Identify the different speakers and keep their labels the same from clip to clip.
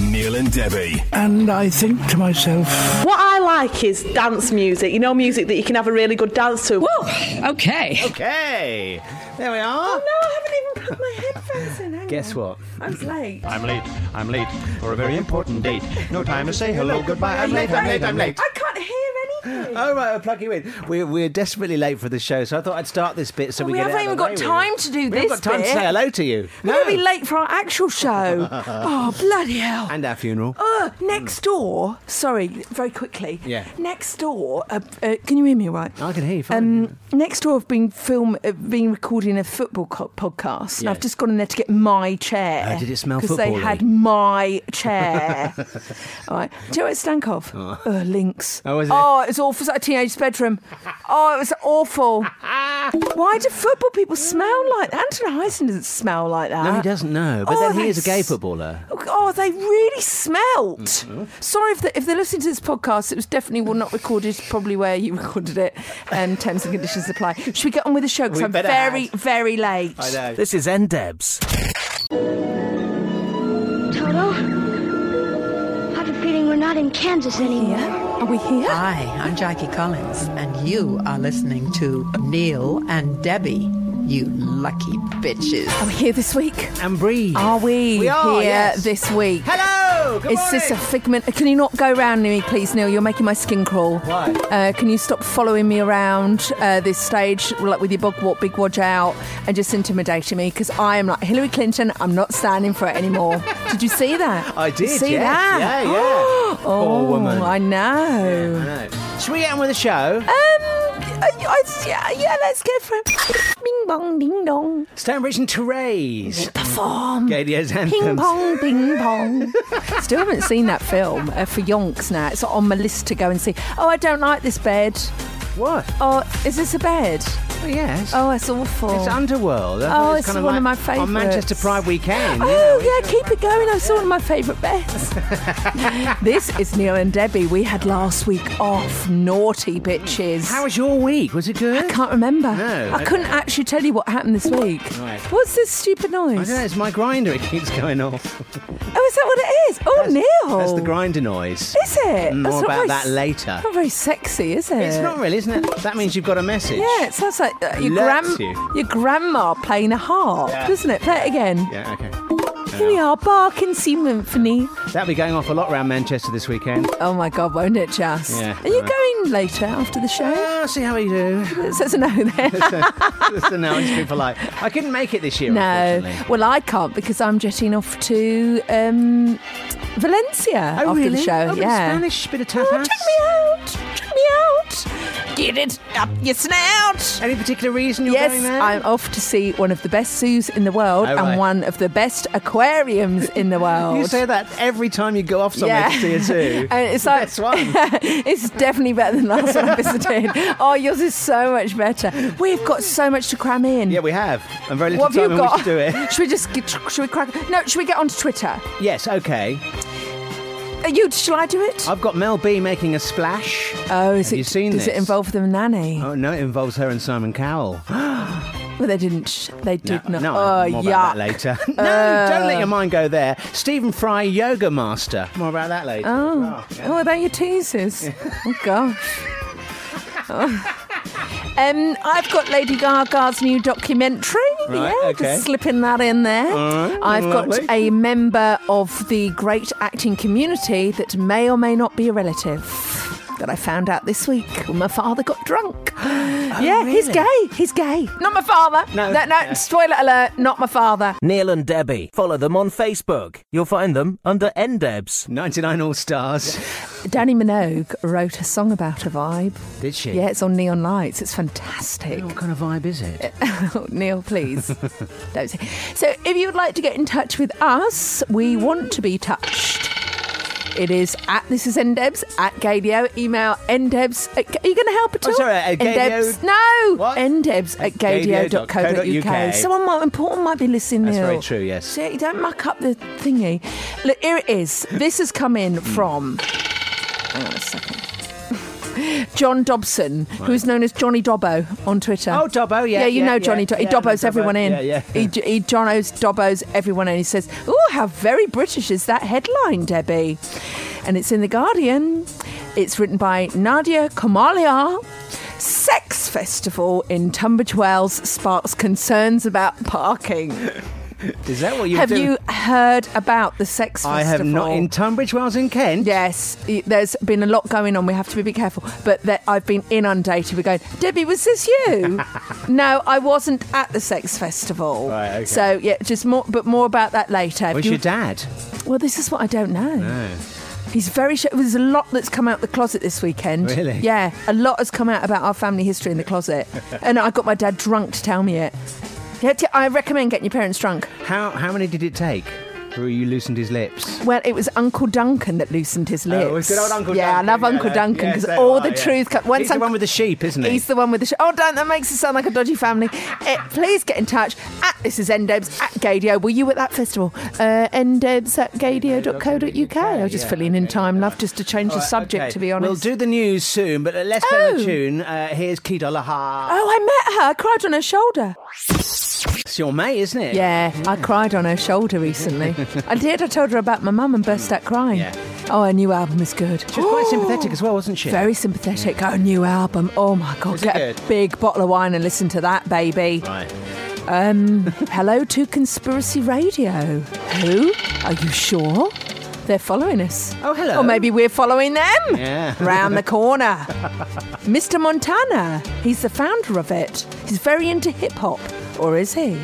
Speaker 1: Neil and Debbie. And I think to myself,
Speaker 2: What I like is dance music. You know, music that you can have a really good dance to. Whoa!
Speaker 3: Okay.
Speaker 4: Okay, there we are.
Speaker 2: Oh, No, I haven't even put my headphones in. Hang
Speaker 4: Guess
Speaker 2: on.
Speaker 4: what?
Speaker 2: I'm late.
Speaker 4: I'm late. I'm late for a very important date. No time to say hello, goodbye. I'm late. I'm late. I'm late.
Speaker 2: I can't hear anything.
Speaker 4: Oh right, I'll plug you in. We're, we're desperately late for the show, so I thought I'd start this bit so we,
Speaker 2: we
Speaker 4: get it
Speaker 2: haven't
Speaker 4: out of
Speaker 2: even
Speaker 4: the
Speaker 2: got
Speaker 4: way with.
Speaker 2: time to do
Speaker 4: We haven't
Speaker 2: this
Speaker 4: got time
Speaker 2: bit.
Speaker 4: to say hello to you.
Speaker 2: We're
Speaker 4: No.
Speaker 2: going to be late for our actual show. oh, bloody hell.
Speaker 4: And our funeral.
Speaker 2: Uh, next door, sorry, very quickly.
Speaker 4: Hmm. Yeah.
Speaker 2: Next door, uh, uh, can you hear me all right?
Speaker 4: I can hear you fine.
Speaker 2: Um, next door, I've been film, uh, been recording a football co- podcast, and
Speaker 4: Yeah.
Speaker 2: I've just gone in there to get my chair.
Speaker 4: Oh, did it smell
Speaker 2: Because they
Speaker 4: football-y?
Speaker 2: had my chair. all right, do you know what it's stank of? Oh. links.
Speaker 4: Oh, was it?
Speaker 2: Oh, it was awful. It's like a teenager's bedroom. Oh, it was awful. Why do football people smell like that? Anton Heisen doesn't smell like that.
Speaker 4: no, he doesn't know, but
Speaker 2: Oh,
Speaker 4: then he is a gay
Speaker 2: that's-
Speaker 4: footballer.
Speaker 2: Oh, they really smelt.
Speaker 4: Mm-hmm.
Speaker 2: Sorry if, they, if they're listening to this podcast, it was definitely well not recorded, probably where you recorded it, and terms and conditions apply. Should we get on with the show? Because
Speaker 4: We
Speaker 2: I'm
Speaker 4: better
Speaker 2: very,
Speaker 4: have.
Speaker 2: very late.
Speaker 5: This is Ndebs.
Speaker 6: Toto? I have a feeling we're not in Kansas anymore.
Speaker 2: Are we here?
Speaker 7: Hi, I'm Jackie Collins, and you are listening to Neil and Debbie, you lucky bitches.
Speaker 2: Are we here this week?
Speaker 4: And breathe.
Speaker 2: Are we,
Speaker 4: We are,
Speaker 2: here
Speaker 4: yes.
Speaker 2: this week?
Speaker 4: Hello. Good
Speaker 2: Is
Speaker 4: morning.
Speaker 2: this a figment? Can you not go round me, please, Neil? You're making my skin crawl.
Speaker 4: Why?
Speaker 2: Uh, can you stop following me around uh, this stage, like with your bog walk, big wodge out, and just intimidating me? Because I am like Hillary Clinton. I'm not standing for it anymore. did you see that?
Speaker 4: I
Speaker 2: You
Speaker 4: did.
Speaker 2: see
Speaker 4: yes.
Speaker 2: that?
Speaker 4: Yeah, yeah.
Speaker 2: Oh,
Speaker 4: Poor woman.
Speaker 2: I know.
Speaker 4: I know. Should we get on with the show?
Speaker 2: Um, I, I- yeah, yeah, let's go for it. Bing bong, ding dong.
Speaker 4: Stonebridge and Therese.
Speaker 2: Perform.
Speaker 4: Gadia's
Speaker 2: Ping
Speaker 4: anthems.
Speaker 2: pong, ping pong. Still haven't seen that film uh, for yonks now. It's on my list to go and see. Oh, I don't like this bed.
Speaker 4: What?
Speaker 2: Oh, is this a bed?
Speaker 4: Oh, yes.
Speaker 2: Oh, it's awful.
Speaker 4: It's Underworld. I
Speaker 2: Oh,
Speaker 4: thought it was
Speaker 2: it's
Speaker 4: kind
Speaker 2: one of my
Speaker 4: On Manchester
Speaker 2: favourites.
Speaker 4: Pride weekend. you know,
Speaker 2: Oh,
Speaker 4: we
Speaker 2: yeah,
Speaker 4: should-
Speaker 2: keep it going. That's one of my favourite beds. this is Neil and Debbie. We had last week off. Naughty bitches.
Speaker 4: How was your week? Was it good?
Speaker 2: I can't remember.
Speaker 4: No,
Speaker 2: I couldn't actually tell you what happened this week.
Speaker 4: Right.
Speaker 2: What's this stupid
Speaker 4: I
Speaker 2: noise?
Speaker 4: don't know,
Speaker 2: Oh,
Speaker 4: it's my grinder. It keeps going off.
Speaker 2: is that what it is? Oh, Neil.
Speaker 4: That's the grinder noise. Mm,
Speaker 2: Is it?
Speaker 4: More
Speaker 2: That's not
Speaker 4: about
Speaker 2: very
Speaker 4: that
Speaker 2: s-
Speaker 4: later.
Speaker 2: Not very sexy, is it?
Speaker 4: It's not really, isn't it? That means you've got a message.
Speaker 2: Yeah, it sounds like uh, your
Speaker 4: Alerts
Speaker 2: gran-
Speaker 4: you.
Speaker 2: your grandma playing a harp,
Speaker 4: Yeah.
Speaker 2: doesn't it? Play it again.
Speaker 4: Yeah, okay.
Speaker 2: Here we are, Barking Symphony.
Speaker 4: That'll be going off a lot around Manchester this weekend.
Speaker 2: Oh my God, won't it just?
Speaker 4: Yeah.
Speaker 2: Are you going later after the show?
Speaker 4: Ah, see how we do.
Speaker 2: So it's a no there.
Speaker 4: That's the now people like. I couldn't make it this year,
Speaker 2: no.
Speaker 4: unfortunately.
Speaker 2: Well, I can't because I'm jetting off to um, Valencia
Speaker 4: Oh,
Speaker 2: after
Speaker 4: really?
Speaker 2: the show.
Speaker 4: Oh, bit of
Speaker 2: yeah.
Speaker 4: Spanish, bit of
Speaker 2: Oh,
Speaker 4: tapas.
Speaker 2: check me out. Check me out. Get it up your snout.
Speaker 4: Any particular reason you're
Speaker 2: Yes,
Speaker 4: going there?
Speaker 2: I'm off to see one of the best zoos in the world
Speaker 4: Oh,
Speaker 2: and
Speaker 4: right.
Speaker 2: one of the best aquariums in the world.
Speaker 4: You say that every time you go off somewhere
Speaker 2: Yeah.
Speaker 4: to see a zoo.
Speaker 2: And it's like
Speaker 4: That's one.
Speaker 2: it's definitely better than last one I visited. Oh, yours is so much better. We've got so much to cram in.
Speaker 4: Yeah, we have. And very little
Speaker 2: what have you
Speaker 4: time and
Speaker 2: got?
Speaker 4: we should do it.
Speaker 2: Should we just get, should we crack? No, should we get onto Twitter?
Speaker 4: yes, okay.
Speaker 2: Are you? Shall I do it?
Speaker 4: I've got Mel B making a splash.
Speaker 2: oh, is
Speaker 4: Have
Speaker 2: it?
Speaker 4: you seen
Speaker 2: does it
Speaker 4: this?
Speaker 2: involve the nanny?
Speaker 4: Oh no, it involves her and Simon Cowell.
Speaker 2: Well, they didn't. sh- They
Speaker 4: No,
Speaker 2: did not.
Speaker 4: no,
Speaker 2: oh,
Speaker 4: more
Speaker 2: yuck. Uh.
Speaker 4: about that later. no, don't let your mind go there. Stephen Fry, yoga master. More about that later. Ah.
Speaker 2: Oh, oh, are they your teasers? oh gosh. Oh. Um, I've got Lady Gaga's new documentary.
Speaker 4: Right,
Speaker 2: yeah,
Speaker 4: okay.
Speaker 2: just slipping that in there.
Speaker 4: right,
Speaker 2: I've
Speaker 4: lovely.
Speaker 2: got a member of the great acting community that may or may not be a relative. That I found out this week when my father got drunk. yeah, he's gay. He's gay. Not my father.
Speaker 4: Oh, No.
Speaker 2: no, no. Spoiler alert. Not my father.
Speaker 5: Neil and Debbie. Follow them on Facebook. You'll find them under Ndebs.
Speaker 4: 99 All Stars.
Speaker 2: Danny Minogue wrote a song about a vibe.
Speaker 4: Did she?
Speaker 2: Yeah, it's on Neon Lights. It's fantastic.
Speaker 4: What kind of vibe is it?
Speaker 2: Oh, Neil, please. Don't say. So, if you would like to get in touch with us, we want to be touched. It is at this is ndebs at gadio. Email ndebs. At, are you going to help at
Speaker 4: Oh,
Speaker 2: all?
Speaker 4: sorry, at gadio-
Speaker 2: Ndebs. No.
Speaker 4: What?
Speaker 2: Ndebs at
Speaker 4: At gadio.co.uk.
Speaker 2: gadio.co.uk. Someone might important might be listening.
Speaker 4: That's
Speaker 2: Neil.
Speaker 4: very true, yes.
Speaker 2: So you don't muck up the thingy.
Speaker 4: Hmm.
Speaker 2: Look, here it is. This has come in from. Hang on a second. John Dobson, who is known as Johnny Dobbo on Twitter.
Speaker 4: Oh, Dobbo, yeah,
Speaker 2: Yeah, you
Speaker 4: yeah,
Speaker 2: know Johnny
Speaker 4: yeah,
Speaker 2: Dobbo. He
Speaker 4: yeah, I know
Speaker 2: Dobbo's
Speaker 4: Dobbo.
Speaker 2: everyone in.
Speaker 4: Yeah, yeah.
Speaker 2: He, he Johnnos, Dobbo's everyone in. He says, Oh, how very British is that headline, Debbie? And it's in The Guardian. It's written by Nadia Kamalia. Sex festival in Tunbridge Wells sparks concerns about parking.
Speaker 4: Is that what you
Speaker 2: Have
Speaker 4: do?
Speaker 2: you heard about the sex festival?
Speaker 4: I have not in Tunbridge Wells in Kent.
Speaker 2: Yes, y- there's been a lot going on. We have to be a bit careful. But that I've been inundated. We're going, Debbie, was this you? no, I wasn't at the sex festival.
Speaker 4: Right, okay.
Speaker 2: So yeah, just more, but more about that later. If
Speaker 4: Where's
Speaker 2: you-
Speaker 4: your dad?
Speaker 2: well, this is what I don't know.
Speaker 4: No.
Speaker 2: He's very. Sh- there's a lot that's come out the closet this weekend.
Speaker 4: Really?
Speaker 2: Yeah, a lot has come out about our family history in the closet, and I got my dad drunk to tell me it. Yeah, t- I recommend getting your parents drunk.
Speaker 4: How how many did it take? Where you loosened his lips?
Speaker 2: Well, it was Uncle Duncan that loosened his lips.
Speaker 4: Oh, it was good old Uncle
Speaker 2: yeah,
Speaker 4: Duncan.
Speaker 2: I love Uncle Duncan
Speaker 4: yeah,
Speaker 2: because
Speaker 4: so
Speaker 2: all
Speaker 4: do
Speaker 2: the
Speaker 4: I, yeah.
Speaker 2: truth comes.
Speaker 4: He's the one with the sheep, isn't he?
Speaker 2: He's the one with the sh- oh, don't that makes it sound like a dodgy family. Eh, please get in touch at this is Endebs at Gadio. Were you at that festival? Uh, Endebs at gadio.co.uk. I was just
Speaker 4: Yeah,
Speaker 2: filling in
Speaker 4: okay,
Speaker 2: time,
Speaker 4: yeah.
Speaker 2: love, just to change the
Speaker 4: All right,
Speaker 2: subject.
Speaker 4: okay.
Speaker 2: To be honest,
Speaker 4: We'll do the news soon, but uh, let's play the
Speaker 2: Oh.
Speaker 4: tune. Uh, here's Kido Laha.
Speaker 2: Oh, I met her. I cried on her shoulder.
Speaker 4: It's your mate, isn't it?
Speaker 2: Yeah, I cried on her shoulder recently. I did. I told her about my mum and burst out crying.
Speaker 4: Yeah.
Speaker 2: Oh, her new album is good.
Speaker 4: She was quite sympathetic as well, wasn't she?
Speaker 2: Very sympathetic. Our new album. Oh my God.
Speaker 4: Is it
Speaker 2: Get a
Speaker 4: good?
Speaker 2: big bottle of wine and listen to that, baby.
Speaker 4: Right.
Speaker 2: Hello to Conspiracy Radio. Who? Are you sure? They're following us.
Speaker 4: Oh, hello.
Speaker 2: Or maybe we're following them.
Speaker 4: Yeah.
Speaker 2: Round the corner. Mr. Montana. He's the founder of it. He's very into hip hop. Or is he?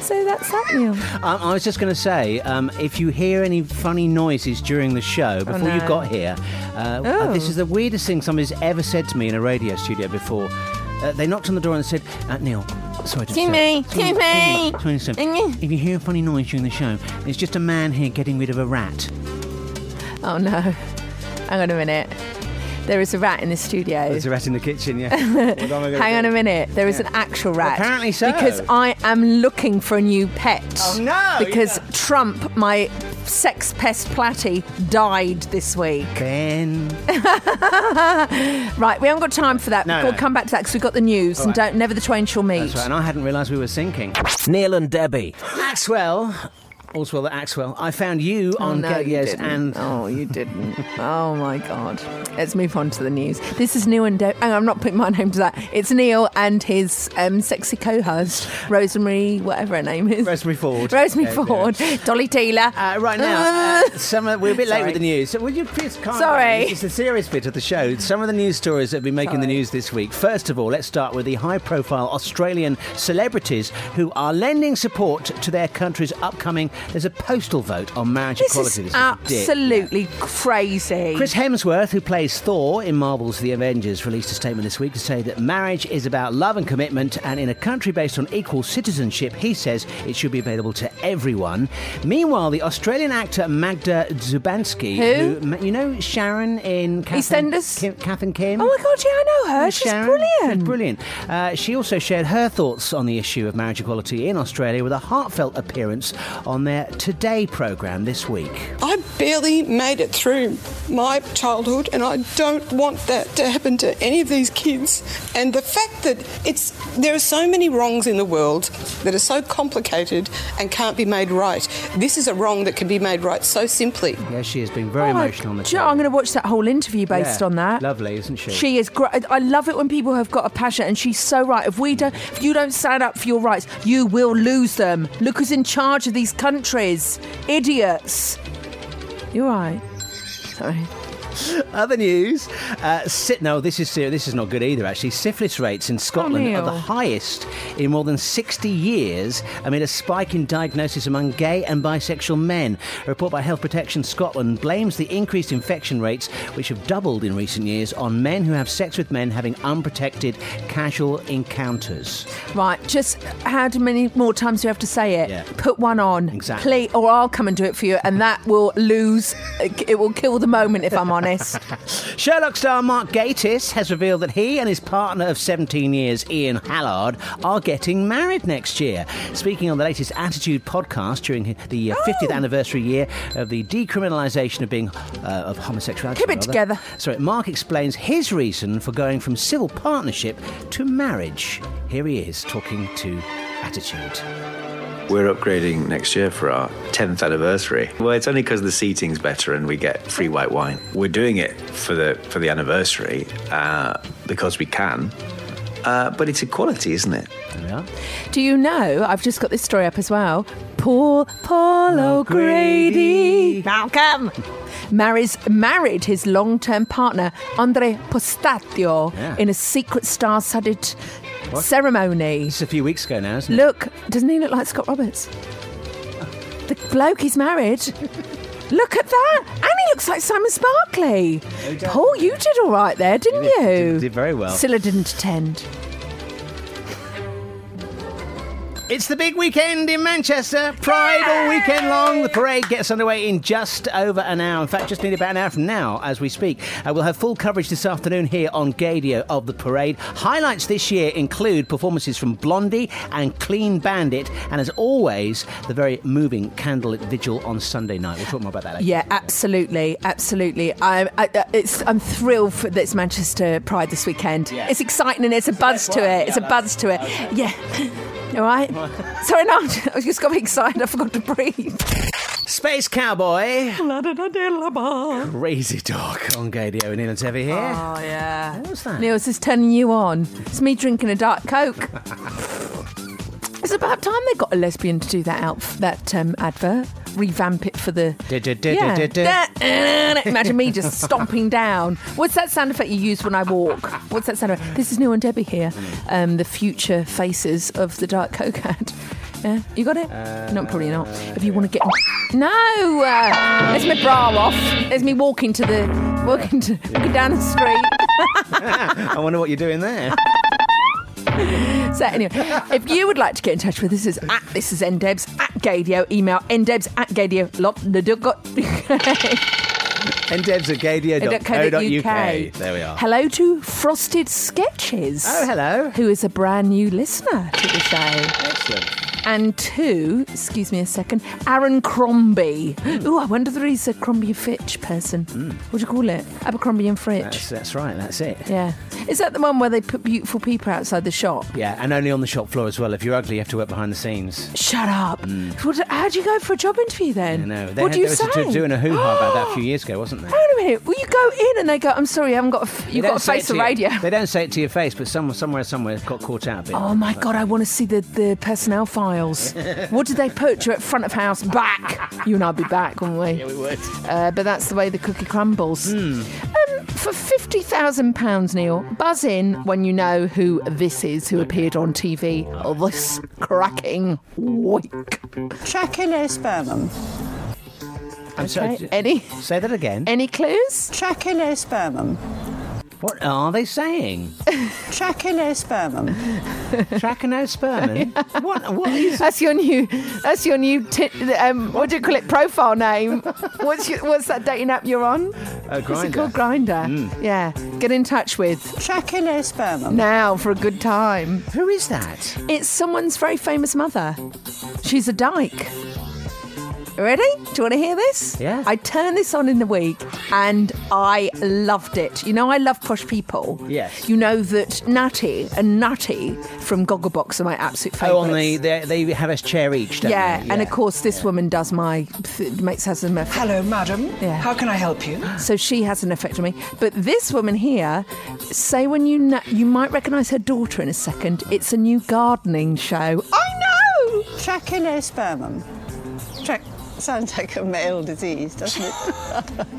Speaker 2: So that's that, Neil.
Speaker 4: Um, I was just going to say, um, if you hear any funny noises during the show before you
Speaker 2: Oh, no.
Speaker 4: got here, uh, uh, this
Speaker 2: Oh.
Speaker 4: is the weirdest thing somebody's ever said to me in a radio studio before. Uh, they knocked on the door and said, uh, "Neil, sorry to disturb-
Speaker 2: Timmy,
Speaker 4: sorry-
Speaker 2: Timmy.
Speaker 4: sorry to disturb.
Speaker 2: Timmy.
Speaker 4: If you hear a funny noise during the show, it's just a man here getting rid of a rat.
Speaker 2: Oh no. Hang on a minute. There is a rat in the studio.
Speaker 4: There's a rat in the kitchen. Yeah.
Speaker 2: Hang on a minute. There is an actual rat.
Speaker 4: Apparently so.
Speaker 2: Because I am looking for a new pet.
Speaker 4: Oh, no,
Speaker 2: Because
Speaker 4: yeah.
Speaker 2: Trump, my sex pest platy, died this week.
Speaker 4: Ben.
Speaker 2: Right, we haven't got time for that.
Speaker 4: No,
Speaker 2: we'll
Speaker 4: no.
Speaker 2: come back to that because we've got the news and
Speaker 4: right.
Speaker 2: don't never the twain shall meet.
Speaker 4: That's right. And I hadn't realised we were sinking.
Speaker 5: Neil and Debbie.
Speaker 4: Axwell. All's well that Axwell. I found you on
Speaker 2: Oh, no,
Speaker 4: Get
Speaker 2: you
Speaker 4: Yes
Speaker 2: didn't.
Speaker 4: and
Speaker 2: oh, you didn't. oh my God. Let's move on to the news. This is Neil and Deb. Hang on, I'm not putting my name to that. It's Neil and his um, sexy co-host Rosemary, whatever her name is.
Speaker 4: Rosemary Ford.
Speaker 2: Rosemary
Speaker 4: Yeah, yeah.
Speaker 2: Ford, Dolly Taylor.
Speaker 4: Uh, right now, uh, some of, we're a bit late
Speaker 2: Sorry.
Speaker 4: with the news. So will you please calm
Speaker 2: Sorry.
Speaker 4: down? It's the serious bit of the show. Some of the news stories that have been making the
Speaker 2: Sorry.
Speaker 4: news this week. First of all, let's start with the high-profile Australian celebrities who are lending support to their country's upcoming. There's a postal vote on marriage
Speaker 2: this is
Speaker 4: equality. ridiculous.
Speaker 2: absolutely crazy.
Speaker 4: Chris Hemsworth, who plays Thor in Marvel's The Avengers, released a statement this week to say that marriage is about love and commitment, and in a country based on equal citizenship, he says it should be available to everyone. Meanwhile, the Australian actor Magda Zubanski,
Speaker 2: Who?
Speaker 4: ma- you know Sharon in Kath
Speaker 2: EastEnders?
Speaker 4: And, Kim, Kath and Kim.
Speaker 2: oh my God, yeah, I know her.
Speaker 4: And
Speaker 2: She's
Speaker 4: Sharon,
Speaker 2: brilliant.
Speaker 4: She's brilliant. Uh, she also shared her thoughts on the issue of marriage equality in Australia with a heartfelt appearance on their Today programme this week.
Speaker 3: I barely made it through my childhood, and I don't want that to happen to any of these kids. And the fact that it's there are so many wrongs in the world that are so complicated and can't be made right. This is a wrong that can be made right so simply.
Speaker 4: Yeah, she has been very
Speaker 2: Oh my
Speaker 4: emotional on the
Speaker 2: God, I'm
Speaker 4: show.
Speaker 2: going to watch that whole interview based
Speaker 4: Yeah,
Speaker 2: on that.
Speaker 4: lovely, isn't she?
Speaker 2: She is great. I love it when people have got a passion, and she's so right. If we don't, if you don't stand up for your rights, you will lose them. Look who's in charge of these countries, idiots. You're right. Sorry.
Speaker 4: Other news, uh, sy- no, this is ser- this is not good either. Actually, syphilis rates in Scotland are the
Speaker 2: Neil.
Speaker 4: highest in more than 60 years, amid a spike in diagnosis among gay and bisexual men. A report by Health Protection Scotland blames the increased infection rates, which have doubled in recent years, on men who have sex with men having unprotected casual encounters.
Speaker 2: Right, just how do many more times do you have to say it?
Speaker 4: Yeah.
Speaker 2: Put one on,
Speaker 4: Exactly.
Speaker 2: Please, or I'll come and do it for you, and that will lose. It will kill the moment if I'm honest.
Speaker 4: Sherlock star Mark Gatiss has revealed that he and his partner of 17 years, Ian Hallard, are getting married next year. Speaking on the latest Attitude podcast during the uh,
Speaker 2: Oh.
Speaker 4: 50th anniversary year of the decriminalisation of being uh, of homosexuality.
Speaker 2: Keep it
Speaker 4: rather.
Speaker 2: together.
Speaker 4: Sorry, Mark explains his reason for going from civil partnership to marriage. Here he is talking to Attitude.
Speaker 8: We're upgrading next year for our 10th anniversary. Well, it's only because the seating's better and we get free white wine. We're doing it for the for the anniversary uh, because we can. Uh, but it's equality, isn't it?
Speaker 4: There we are.
Speaker 2: Do you know? I've just got this story up as well. Poor Paul O'Grady. Malcolm marries married his long-term partner Andre Postatio
Speaker 4: Yeah.
Speaker 2: in a secret star-studded ceremony.
Speaker 4: It's a few weeks ago now, isn't it?
Speaker 2: Look, doesn't he look like Scott Roberts? The bloke he's married. Look at that, and he looks like Simon Sparkley. Paul, you did all right there, didn't
Speaker 4: You
Speaker 2: you?
Speaker 4: did- did- did very well.
Speaker 2: Scylla didn't attend.
Speaker 4: It's the big weekend in Manchester. Pride all weekend long. The parade gets underway in just over an hour. In fact, just need about an hour from now as we speak. Uh, we'll have full coverage this afternoon here on Gadio of the parade. Highlights this year include performances from Blondie and Clean Bandit, and as always, the very moving candlelit vigil on Sunday night. We'll talk more about that later.
Speaker 2: Yeah, absolutely, absolutely. I'm, I, uh, it's, I'm thrilled for this Manchester Pride this weekend.
Speaker 4: Yeah.
Speaker 2: It's exciting and it's a buzz
Speaker 4: best
Speaker 2: to
Speaker 4: one.
Speaker 2: it. It's
Speaker 4: Yeah,
Speaker 2: a
Speaker 4: I love
Speaker 2: buzz
Speaker 4: it.
Speaker 2: to it. Yeah. All right. Sorry, no, I just got excited. I forgot to breathe.
Speaker 4: Space Cowboy. Crazy Dog on Gadio and Ian and Tevi here.
Speaker 2: Oh yeah.
Speaker 4: What's that?
Speaker 2: Neil's is turning you on. It's me drinking a diet coke. it's about time they got a lesbian to do that out that um, advert. Revamp it for the.
Speaker 4: Du- du- du-
Speaker 2: Yeah.
Speaker 4: du- du-
Speaker 2: Da- Imagine me just stomping down. What's that sound effect you use when I walk? What's that sound effect? This is Neil and Debbie here. Um, the future faces of the Diet Coke ad. Yeah, you got it?
Speaker 4: Uh,
Speaker 2: no, probably not. If you want to get, no, uh, there's my bra off. There's me walking to the walking to walking down the street.
Speaker 4: I wonder what you're doing there.
Speaker 2: So anyway, if you would like to get in touch with us, it's at this is ndebs at gadio. Email ndebs at gadio. Lot the dog got.
Speaker 4: and Deb's at gadio.co.uk. There we are.
Speaker 2: Hello to Frosted Sketches.
Speaker 4: Oh, hello.
Speaker 2: Who is a brand new listener to the show.
Speaker 4: Excellent.
Speaker 2: And to, excuse me a second, Aaron Crombie.
Speaker 4: Hmm.
Speaker 2: Ooh, I wonder whether he's a Crombie Fitch person. What do you call it? Abercrombie and Fitch.
Speaker 4: That's, that's right, that's it.
Speaker 2: yeah. Is that the one where they put beautiful people outside the shop?
Speaker 4: Yeah, and only on the shop floor as well. If you're ugly, you have to work behind the scenes.
Speaker 2: Shut up.
Speaker 4: Mm.
Speaker 2: What, how do you go for a job interview then?
Speaker 4: You know,
Speaker 2: what
Speaker 4: had-
Speaker 2: do you
Speaker 4: there
Speaker 2: say?
Speaker 4: was a, doing a hoo ha about that a few years ago, wasn't there?
Speaker 2: Hang on a minute. Well, you go in and they go, I'm sorry, I haven't got a, f-
Speaker 4: They
Speaker 2: you've
Speaker 4: don't
Speaker 2: got to
Speaker 4: say it
Speaker 2: face the
Speaker 4: to you.
Speaker 2: radio.
Speaker 4: They don't say it to your face, but some, somewhere, somewhere, it got caught out a bit.
Speaker 2: Oh my God, I want to see the, the personnel files. what did they put? you at front of house, back. You and I'd be back, wouldn't we? Yeah, we would. Uh, but that's the way the cookie crumbles.
Speaker 4: Hmm.
Speaker 2: Um, for £50,000, Neil, buzz in when you know who this is who appeared on TV this cracking week.
Speaker 9: Tracheospermum.
Speaker 4: I'm sorry. j-
Speaker 2: Any,
Speaker 4: Say that again.
Speaker 2: any clues?
Speaker 9: Tracheospermum.
Speaker 4: What are they saying?
Speaker 9: Tracheospermum.
Speaker 4: Tracheospermin? what, what is
Speaker 2: That's your new. That's your new. Tit, um, what do you call it? Profile name. What's your, what's that dating app you're on? What's
Speaker 4: a
Speaker 2: it
Speaker 4: grinder?
Speaker 2: called? Grinder.
Speaker 4: Hmm.
Speaker 2: Yeah. Get in touch with
Speaker 9: Tracheospermum.
Speaker 2: now for a good time.
Speaker 4: Who is that?
Speaker 2: It's someone's very famous mother. She's a dyke. Ready? Do you want to hear this?
Speaker 4: Yeah.
Speaker 2: I turned this on in the week and I loved it. You know, I love posh people.
Speaker 4: Yes.
Speaker 2: You know that Natty and Nutty from Gogglebox are my absolute favourites.
Speaker 4: Oh, on the, they, they have a chair each, don't
Speaker 2: Yeah,
Speaker 4: they?
Speaker 2: and of course this woman does my th- makes has an effect.
Speaker 10: Hello, madam.
Speaker 2: Yeah.
Speaker 10: How can I help you?
Speaker 2: So she has an effect on me. But this woman here, say when you know, you might recognise her daughter in a second. It's a new gardening show. I know.
Speaker 9: Tracheospermum. Trach- sounds like a male disease, doesn't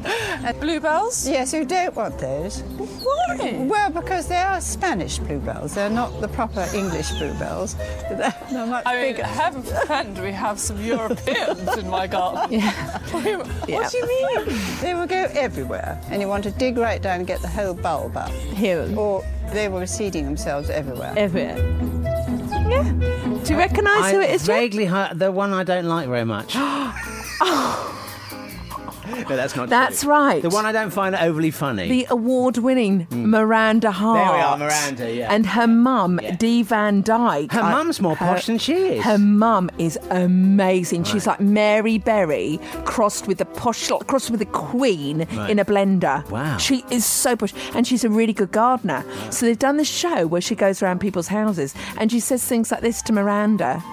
Speaker 9: it? bluebells? Yes, you don't want those. Why? Well, because they are Spanish bluebells. They're not the proper English bluebells. They're they're much bigger.
Speaker 10: heaven forbid we have some Europeans in my garden.
Speaker 9: What do you mean? they will go everywhere, and you want to dig right down and get the whole bulb up.
Speaker 2: Here.
Speaker 9: Or they were seeding themselves everywhere.
Speaker 2: Ever. Yeah. Do you recognise who it is? Jen? Oh.
Speaker 4: vaguely hi- the one I don't like very much. No, that's not.
Speaker 2: That's
Speaker 4: true.
Speaker 2: right.
Speaker 4: The one I don't find overly funny.
Speaker 2: The award winning Miranda Hart.
Speaker 4: Hmm. There we are, Miranda, yeah.
Speaker 2: And her mum, Dee Van Dyke.
Speaker 4: Her
Speaker 2: I-
Speaker 4: mum's more posh than she is.
Speaker 2: Her mum is amazing. She's like Mary Berry crossed with the posh, crossed with the Queen
Speaker 4: Right.
Speaker 2: in a blender.
Speaker 4: Wow.
Speaker 2: She is so posh. And she's a really good gardener. So they've done this show where she goes around people's houses and she says things like this to Miranda.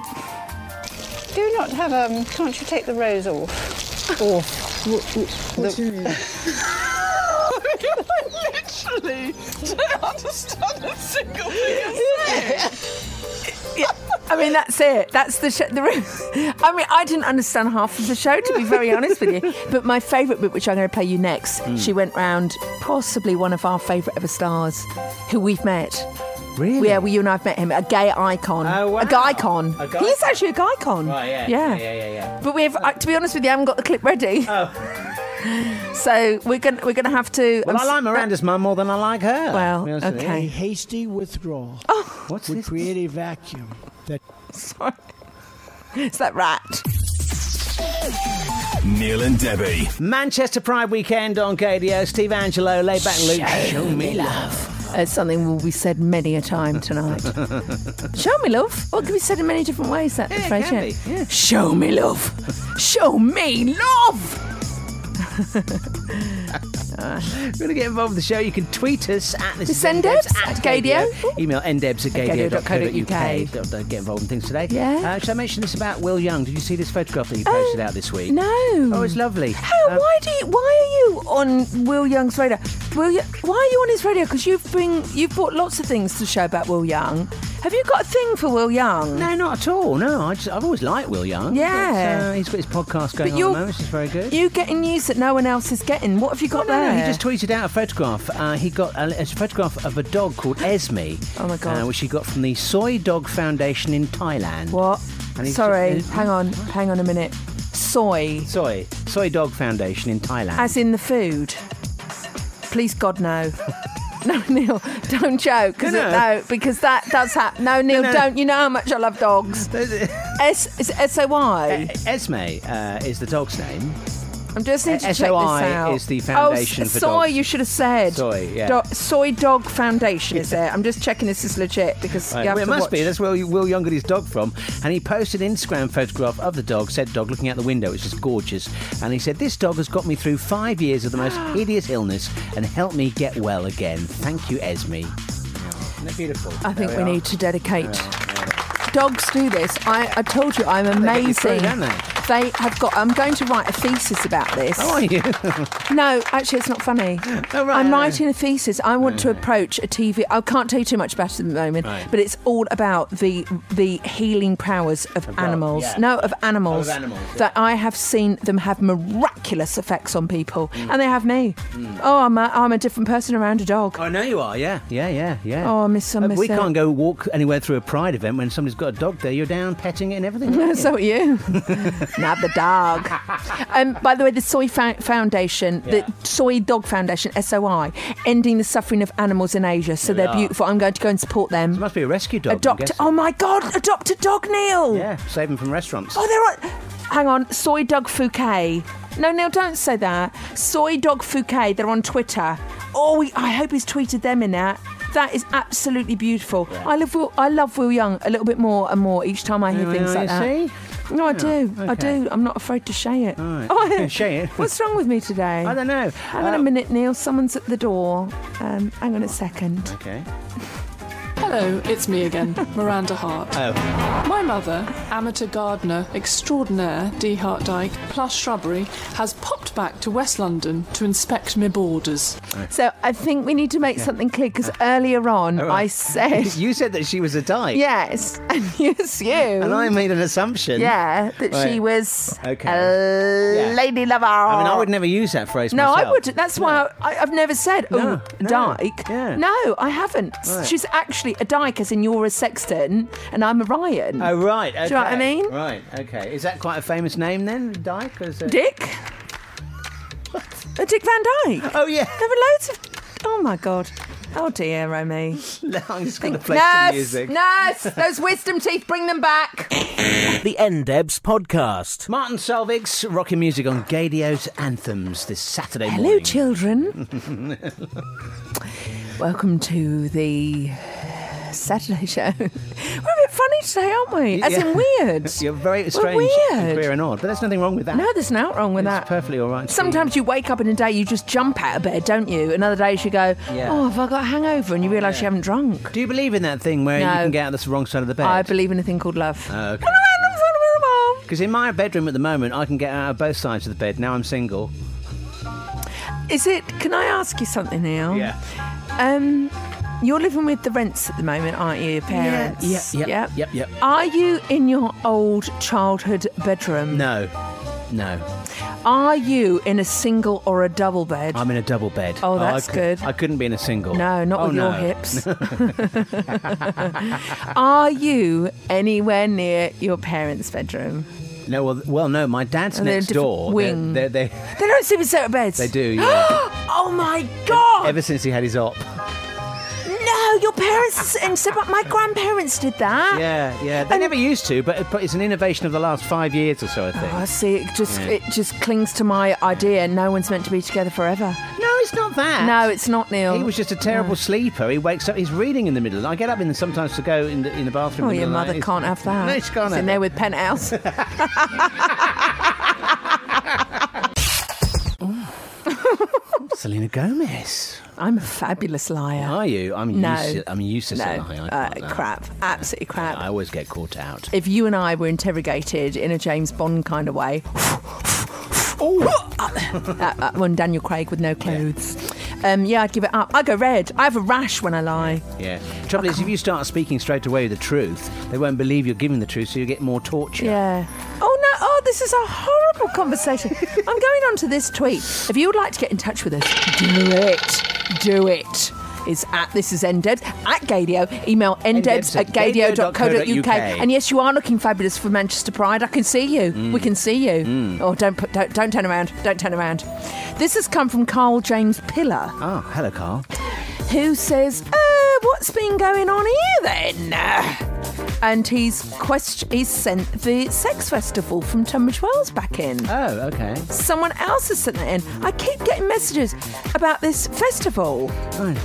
Speaker 9: Do not have um. Can't you take the rose off? Off. What, do you mean?
Speaker 10: I literally don't understand a single thing you're saying.
Speaker 2: Yeah, I mean that's it. That's the show. The room. I mean, I didn't understand half of the show to be very honest with you. But my favourite bit, which I'm going to play you next,
Speaker 4: Mm.
Speaker 2: she went round possibly one of our favourite ever stars, who we've met.
Speaker 4: Really?
Speaker 2: Yeah, well, you and I've met him. A gay icon.
Speaker 4: Oh, wow.
Speaker 2: A guy con.
Speaker 4: A guy
Speaker 2: He's actually a guy con.
Speaker 4: Right, yeah,
Speaker 2: Yeah.
Speaker 4: yeah, yeah, yeah, yeah.
Speaker 2: But we've, I- to be honest with you, I haven't got the clip ready.
Speaker 4: Oh.
Speaker 2: So we're going to we're gonna have to.
Speaker 4: Well,
Speaker 2: I'm
Speaker 4: I
Speaker 2: s-
Speaker 4: like Miranda's mum more than I like her.
Speaker 2: Well,
Speaker 4: to be honest with you.
Speaker 2: okay.
Speaker 11: A hasty withdrawal
Speaker 4: What's
Speaker 11: would
Speaker 4: this?
Speaker 11: create a vacuum that.
Speaker 2: Sorry. It's that rat.
Speaker 1: Neil and Debbie.
Speaker 4: Manchester Pride weekend on KDO. Steve Angelo, laid back Luke. Show me love.
Speaker 2: Uh, something will be said many a time tonight. Show me love. Well, it can be said in many different ways, that
Speaker 4: Yeah, it
Speaker 2: phrase.
Speaker 4: can
Speaker 2: yeah.
Speaker 4: be, yeah.
Speaker 2: Show me love. Show me love.
Speaker 4: If you want to get involved with the show, you can tweet us at this
Speaker 2: This
Speaker 4: is
Speaker 2: endebs
Speaker 4: at
Speaker 2: at KDO.
Speaker 4: Email ndebs at
Speaker 2: KDO.co.uk.
Speaker 4: kdo.co.uk. Don't- don't Get involved in things today.
Speaker 2: Yeah.
Speaker 4: Uh, should I mention this about Will Young? Did you see this photograph that he posted out this week?
Speaker 2: No.
Speaker 4: Oh, it's lovely.
Speaker 2: Mm. How? why do you? Why are you on Will Young's radar? Will, you, why are you on his radar? Because you've been you've brought lots of things to show about Will Young. Have you got a thing for Will Young?
Speaker 4: No, not at all. No, I just, I've always liked Will Young.
Speaker 2: Yeah.
Speaker 4: But, uh, he's got his podcast going on at
Speaker 2: you're-
Speaker 4: the moment, which is very good. Oh,
Speaker 2: You getting news that no one else is getting? What have you got
Speaker 4: No,
Speaker 2: there?
Speaker 4: no, he just tweeted out a photograph. Uh, he got a, a photograph of a dog called Esme.
Speaker 2: Oh, my God.
Speaker 4: uh, which he got from the Soy Dog Foundation in Thailand.
Speaker 2: What?
Speaker 4: And he's-
Speaker 2: Sorry,
Speaker 4: uh,
Speaker 2: hang on, hang on a minute. Soy,
Speaker 4: Soy Soy Dog Foundation in Thailand.
Speaker 2: as in the food. Please, God, no. No, Neil, don't joke. Cause
Speaker 4: No,
Speaker 2: it-
Speaker 4: no.
Speaker 2: no, because that does happen. No, Neil,
Speaker 4: no.
Speaker 2: don't. You know how much I love dogs. S is it S O
Speaker 4: Eh,
Speaker 2: Y.
Speaker 4: Esme uh, is the dog's name.
Speaker 2: I'm just need to check this
Speaker 4: SOI
Speaker 2: out.
Speaker 4: is the foundation
Speaker 2: oh, s-
Speaker 4: for
Speaker 2: soy.
Speaker 4: dogs.
Speaker 2: You should have said
Speaker 4: Soy, yeah.
Speaker 2: Do- soy dog foundation is there. I'm just checking this is legit because
Speaker 4: Right.
Speaker 2: you have
Speaker 4: Well, it
Speaker 2: to
Speaker 4: must
Speaker 2: watch.
Speaker 4: be. That's where Will Young got his dog from. And he posted an Instagram photograph of the dog, said dog looking out the window, which is gorgeous. And he said, This dog has got me through five years of the most hideous illness and helped me get well again. Thank you, Esme. Isn't it beautiful?
Speaker 2: I think
Speaker 4: There
Speaker 2: we
Speaker 4: are.
Speaker 2: need to dedicate. Dogs do this. I, I told you, I'm amazing.
Speaker 4: through, don't they? Oh,
Speaker 2: They have got. I'm going to write a thesis about this.
Speaker 4: How are you?
Speaker 2: No, actually, it's not funny.
Speaker 4: Oh,
Speaker 2: I'm writing a thesis. I want to approach a TV. I can't tell you too much about it at the moment,
Speaker 4: Right.
Speaker 2: but it's all about the the healing powers of animals.
Speaker 4: yeah.
Speaker 2: No, of animals.
Speaker 4: Of animals, yeah.
Speaker 2: That I have seen them have miraculous effects on people,
Speaker 4: Mm.
Speaker 2: and they have me. Oh, I'm a, I'm a different person around a dog.
Speaker 4: Oh, I know you are, yeah. Yeah, yeah, yeah.
Speaker 2: Oh, I miss- I
Speaker 4: Uh,
Speaker 2: miss
Speaker 4: We
Speaker 2: it.
Speaker 4: can't go walk anywhere through a pride event when somebody's got a dog there. You're down petting it and everything. aren't you?
Speaker 2: so are you. Not the dog. Um, by the way, the Soy Fo- Foundation, the Soy Dog Foundation, SOI, ending the suffering of animals in Asia. So
Speaker 4: There we
Speaker 2: they're
Speaker 4: are.
Speaker 2: beautiful. I'm going to go and support them.
Speaker 4: Must be a rescue dog. I'm
Speaker 2: adopt.
Speaker 4: guessing.
Speaker 2: Oh my God! Adopt a dog, Neil.
Speaker 4: Yeah, save them from restaurants.
Speaker 2: Oh, they're on. Hang on, soy dog Fouquet. No, Neil, don't say that. Soy dog Fouquet. They're on Twitter. Oh, we, I hope he's tweeted them in that. That is absolutely beautiful. I love Will. I love Will Young a little bit more and more each time I hear
Speaker 4: Oh, Yeah,
Speaker 2: things like
Speaker 4: you
Speaker 2: that.
Speaker 4: see?
Speaker 2: No, I do. I
Speaker 4: okay.
Speaker 2: do. I'm not afraid to say it.
Speaker 4: right.
Speaker 2: Oh,
Speaker 4: Yeah, say it.
Speaker 2: What's wrong with me today?
Speaker 4: I don't know.
Speaker 2: Hang on
Speaker 4: Uh,
Speaker 2: a minute, Neil. Someone's at the door. Um, hang on a second.
Speaker 4: Okay.
Speaker 10: Hello, it's me again, Miranda Hart.
Speaker 4: Oh,
Speaker 10: My mother, amateur gardener extraordinaire Dee Hart Dyke, plus shrubbery, has popped back to West London to inspect my borders.
Speaker 2: So I think we need to make something clear because earlier on
Speaker 4: all Oh, right.
Speaker 2: I said
Speaker 4: you said that she was a dyke.
Speaker 2: Yes, and yes, you.
Speaker 4: And I made an assumption.
Speaker 2: yeah, that she
Speaker 4: Right.
Speaker 2: was
Speaker 4: Okay.
Speaker 2: a
Speaker 4: Yeah.
Speaker 2: lady lover.
Speaker 4: I mean, I would never use that phrase
Speaker 2: Oh. No,
Speaker 4: myself.
Speaker 2: I wouldn't. That's why I, I, I've never said, oh,
Speaker 4: No, no,
Speaker 2: dyke.
Speaker 4: yeah.
Speaker 2: No, I haven't.
Speaker 4: Right.
Speaker 2: She's actually a dyke, as in you're a sexton and I'm a Ryan.
Speaker 4: Oh, right.
Speaker 2: you know what I
Speaker 4: okay.
Speaker 2: mean?
Speaker 4: Right, okay. Is that quite a famous name then, Dyke? Or is it...
Speaker 2: Dick? A Dick Van Dyke?
Speaker 4: Oh, yeah.
Speaker 2: There were loads of. Oh my God. Oh dear, oh me.
Speaker 4: no, I'm just going
Speaker 5: to play some music.
Speaker 2: Nurse, those wisdom teeth, bring them back.
Speaker 4: The NDebs podcast. Martin Solvig's rocking music on Gadio's Anthems this Saturday
Speaker 2: Hello,
Speaker 4: morning.
Speaker 2: children. Welcome to the Saturday show. We're a bit funny today, aren't we? As in weird.
Speaker 4: You're very
Speaker 2: We're
Speaker 4: strange. And
Speaker 2: weird.
Speaker 4: queer and odd, but there's nothing wrong with that.
Speaker 2: No, there's not wrong with that.
Speaker 4: It's perfectly all right.
Speaker 2: Sometimes you wake up in a day, you just jump out of bed, don't you? Another days you go,
Speaker 4: Yeah.
Speaker 2: oh, have I got a hangover? And you realise you haven't drunk.
Speaker 4: Do you believe in that thing where you
Speaker 2: No.
Speaker 4: can get out the wrong side of the bed?
Speaker 2: I believe in a thing called love.
Speaker 4: Oh, okay.
Speaker 2: Because
Speaker 4: in my bedroom at the moment, I can get out of both sides of the bed. Now I'm single.
Speaker 2: Is it? Can I ask you something now?
Speaker 4: Yeah.
Speaker 2: Um, you're living with the rents at the moment, aren't you? Your parents.
Speaker 4: Yeah, yeah, yeah, yep, yep.
Speaker 2: Are you in your old childhood bedroom?
Speaker 4: No, no.
Speaker 2: Are you in a single or a double bed?
Speaker 4: I'm in a double bed.
Speaker 2: Oh,
Speaker 4: I
Speaker 2: that's
Speaker 4: cou-
Speaker 2: good.
Speaker 4: I couldn't be in a single.
Speaker 2: No, not
Speaker 4: Oh,
Speaker 2: with your
Speaker 4: no.
Speaker 2: hips. Are you anywhere near your parents' bedroom?
Speaker 4: no, well, well, no. My dad's
Speaker 2: Are they a
Speaker 4: next
Speaker 2: different
Speaker 4: door.
Speaker 2: wing?
Speaker 4: They're, they're, they
Speaker 2: They don't sleep in separate beds.
Speaker 4: They do, yeah.
Speaker 2: oh my god!
Speaker 4: ever since he had his op.
Speaker 2: No, your parents and separate. My grandparents did that.
Speaker 4: Yeah, yeah. They never used to, but, but it's an innovation of the last five years or so, I think.
Speaker 2: Oh, I see. It just
Speaker 4: Yeah.
Speaker 2: it just clings to my idea. No one's meant to be together forever.
Speaker 4: No, it's not that.
Speaker 2: No, it's not, Neil.
Speaker 4: He was just a terrible sleeper. He wakes up, he's reading in the middle. I get up in the, sometimes to go in the, in the bathroom.
Speaker 2: Oh,
Speaker 4: in the
Speaker 2: your
Speaker 4: middle of
Speaker 2: mother
Speaker 4: the night.
Speaker 2: can't have that.
Speaker 4: eh? No, she can't
Speaker 2: It's in
Speaker 4: have
Speaker 2: there with penthouse.
Speaker 4: Selena Gomez.
Speaker 2: I'm a fabulous liar.
Speaker 4: Are you? I'm
Speaker 2: no.
Speaker 4: useless. I'm useless at
Speaker 2: No.
Speaker 4: lying. I
Speaker 2: Uh,
Speaker 4: can't lie.
Speaker 2: crap. Absolutely crap.
Speaker 4: I always get caught out.
Speaker 2: If you and I were interrogated in a James Bond kind of way, that, that one Daniel Craig with no clothes. Yeah. Um, yeah, I'd give it up. I go red. I have a rash when I lie.
Speaker 4: Yeah. Trouble is, if you start speaking straight away the truth, they won't believe you're giving the truth, so you get more torture.
Speaker 2: Yeah. Oh no! Oh, this is a horrible conversation. I'm going on to this tweet. If you would like to get in touch with us, do it. Do it. It's at this is ndebs at gadio. Email ndebs at gadio.co.uk. And yes, you are looking fabulous for Manchester Pride. I can see you. We can see you. Oh, don't put don't, don't turn around. Don't turn around. This has come from Carl James Pillar
Speaker 4: Oh, hello, Carl.
Speaker 2: who says, uh, what's been going on here then? And he's quest- he's sent the sex festival from Tunbridge Wells back in.
Speaker 4: Oh, okay.
Speaker 2: Someone else has sent that in. I keep getting messages about this festival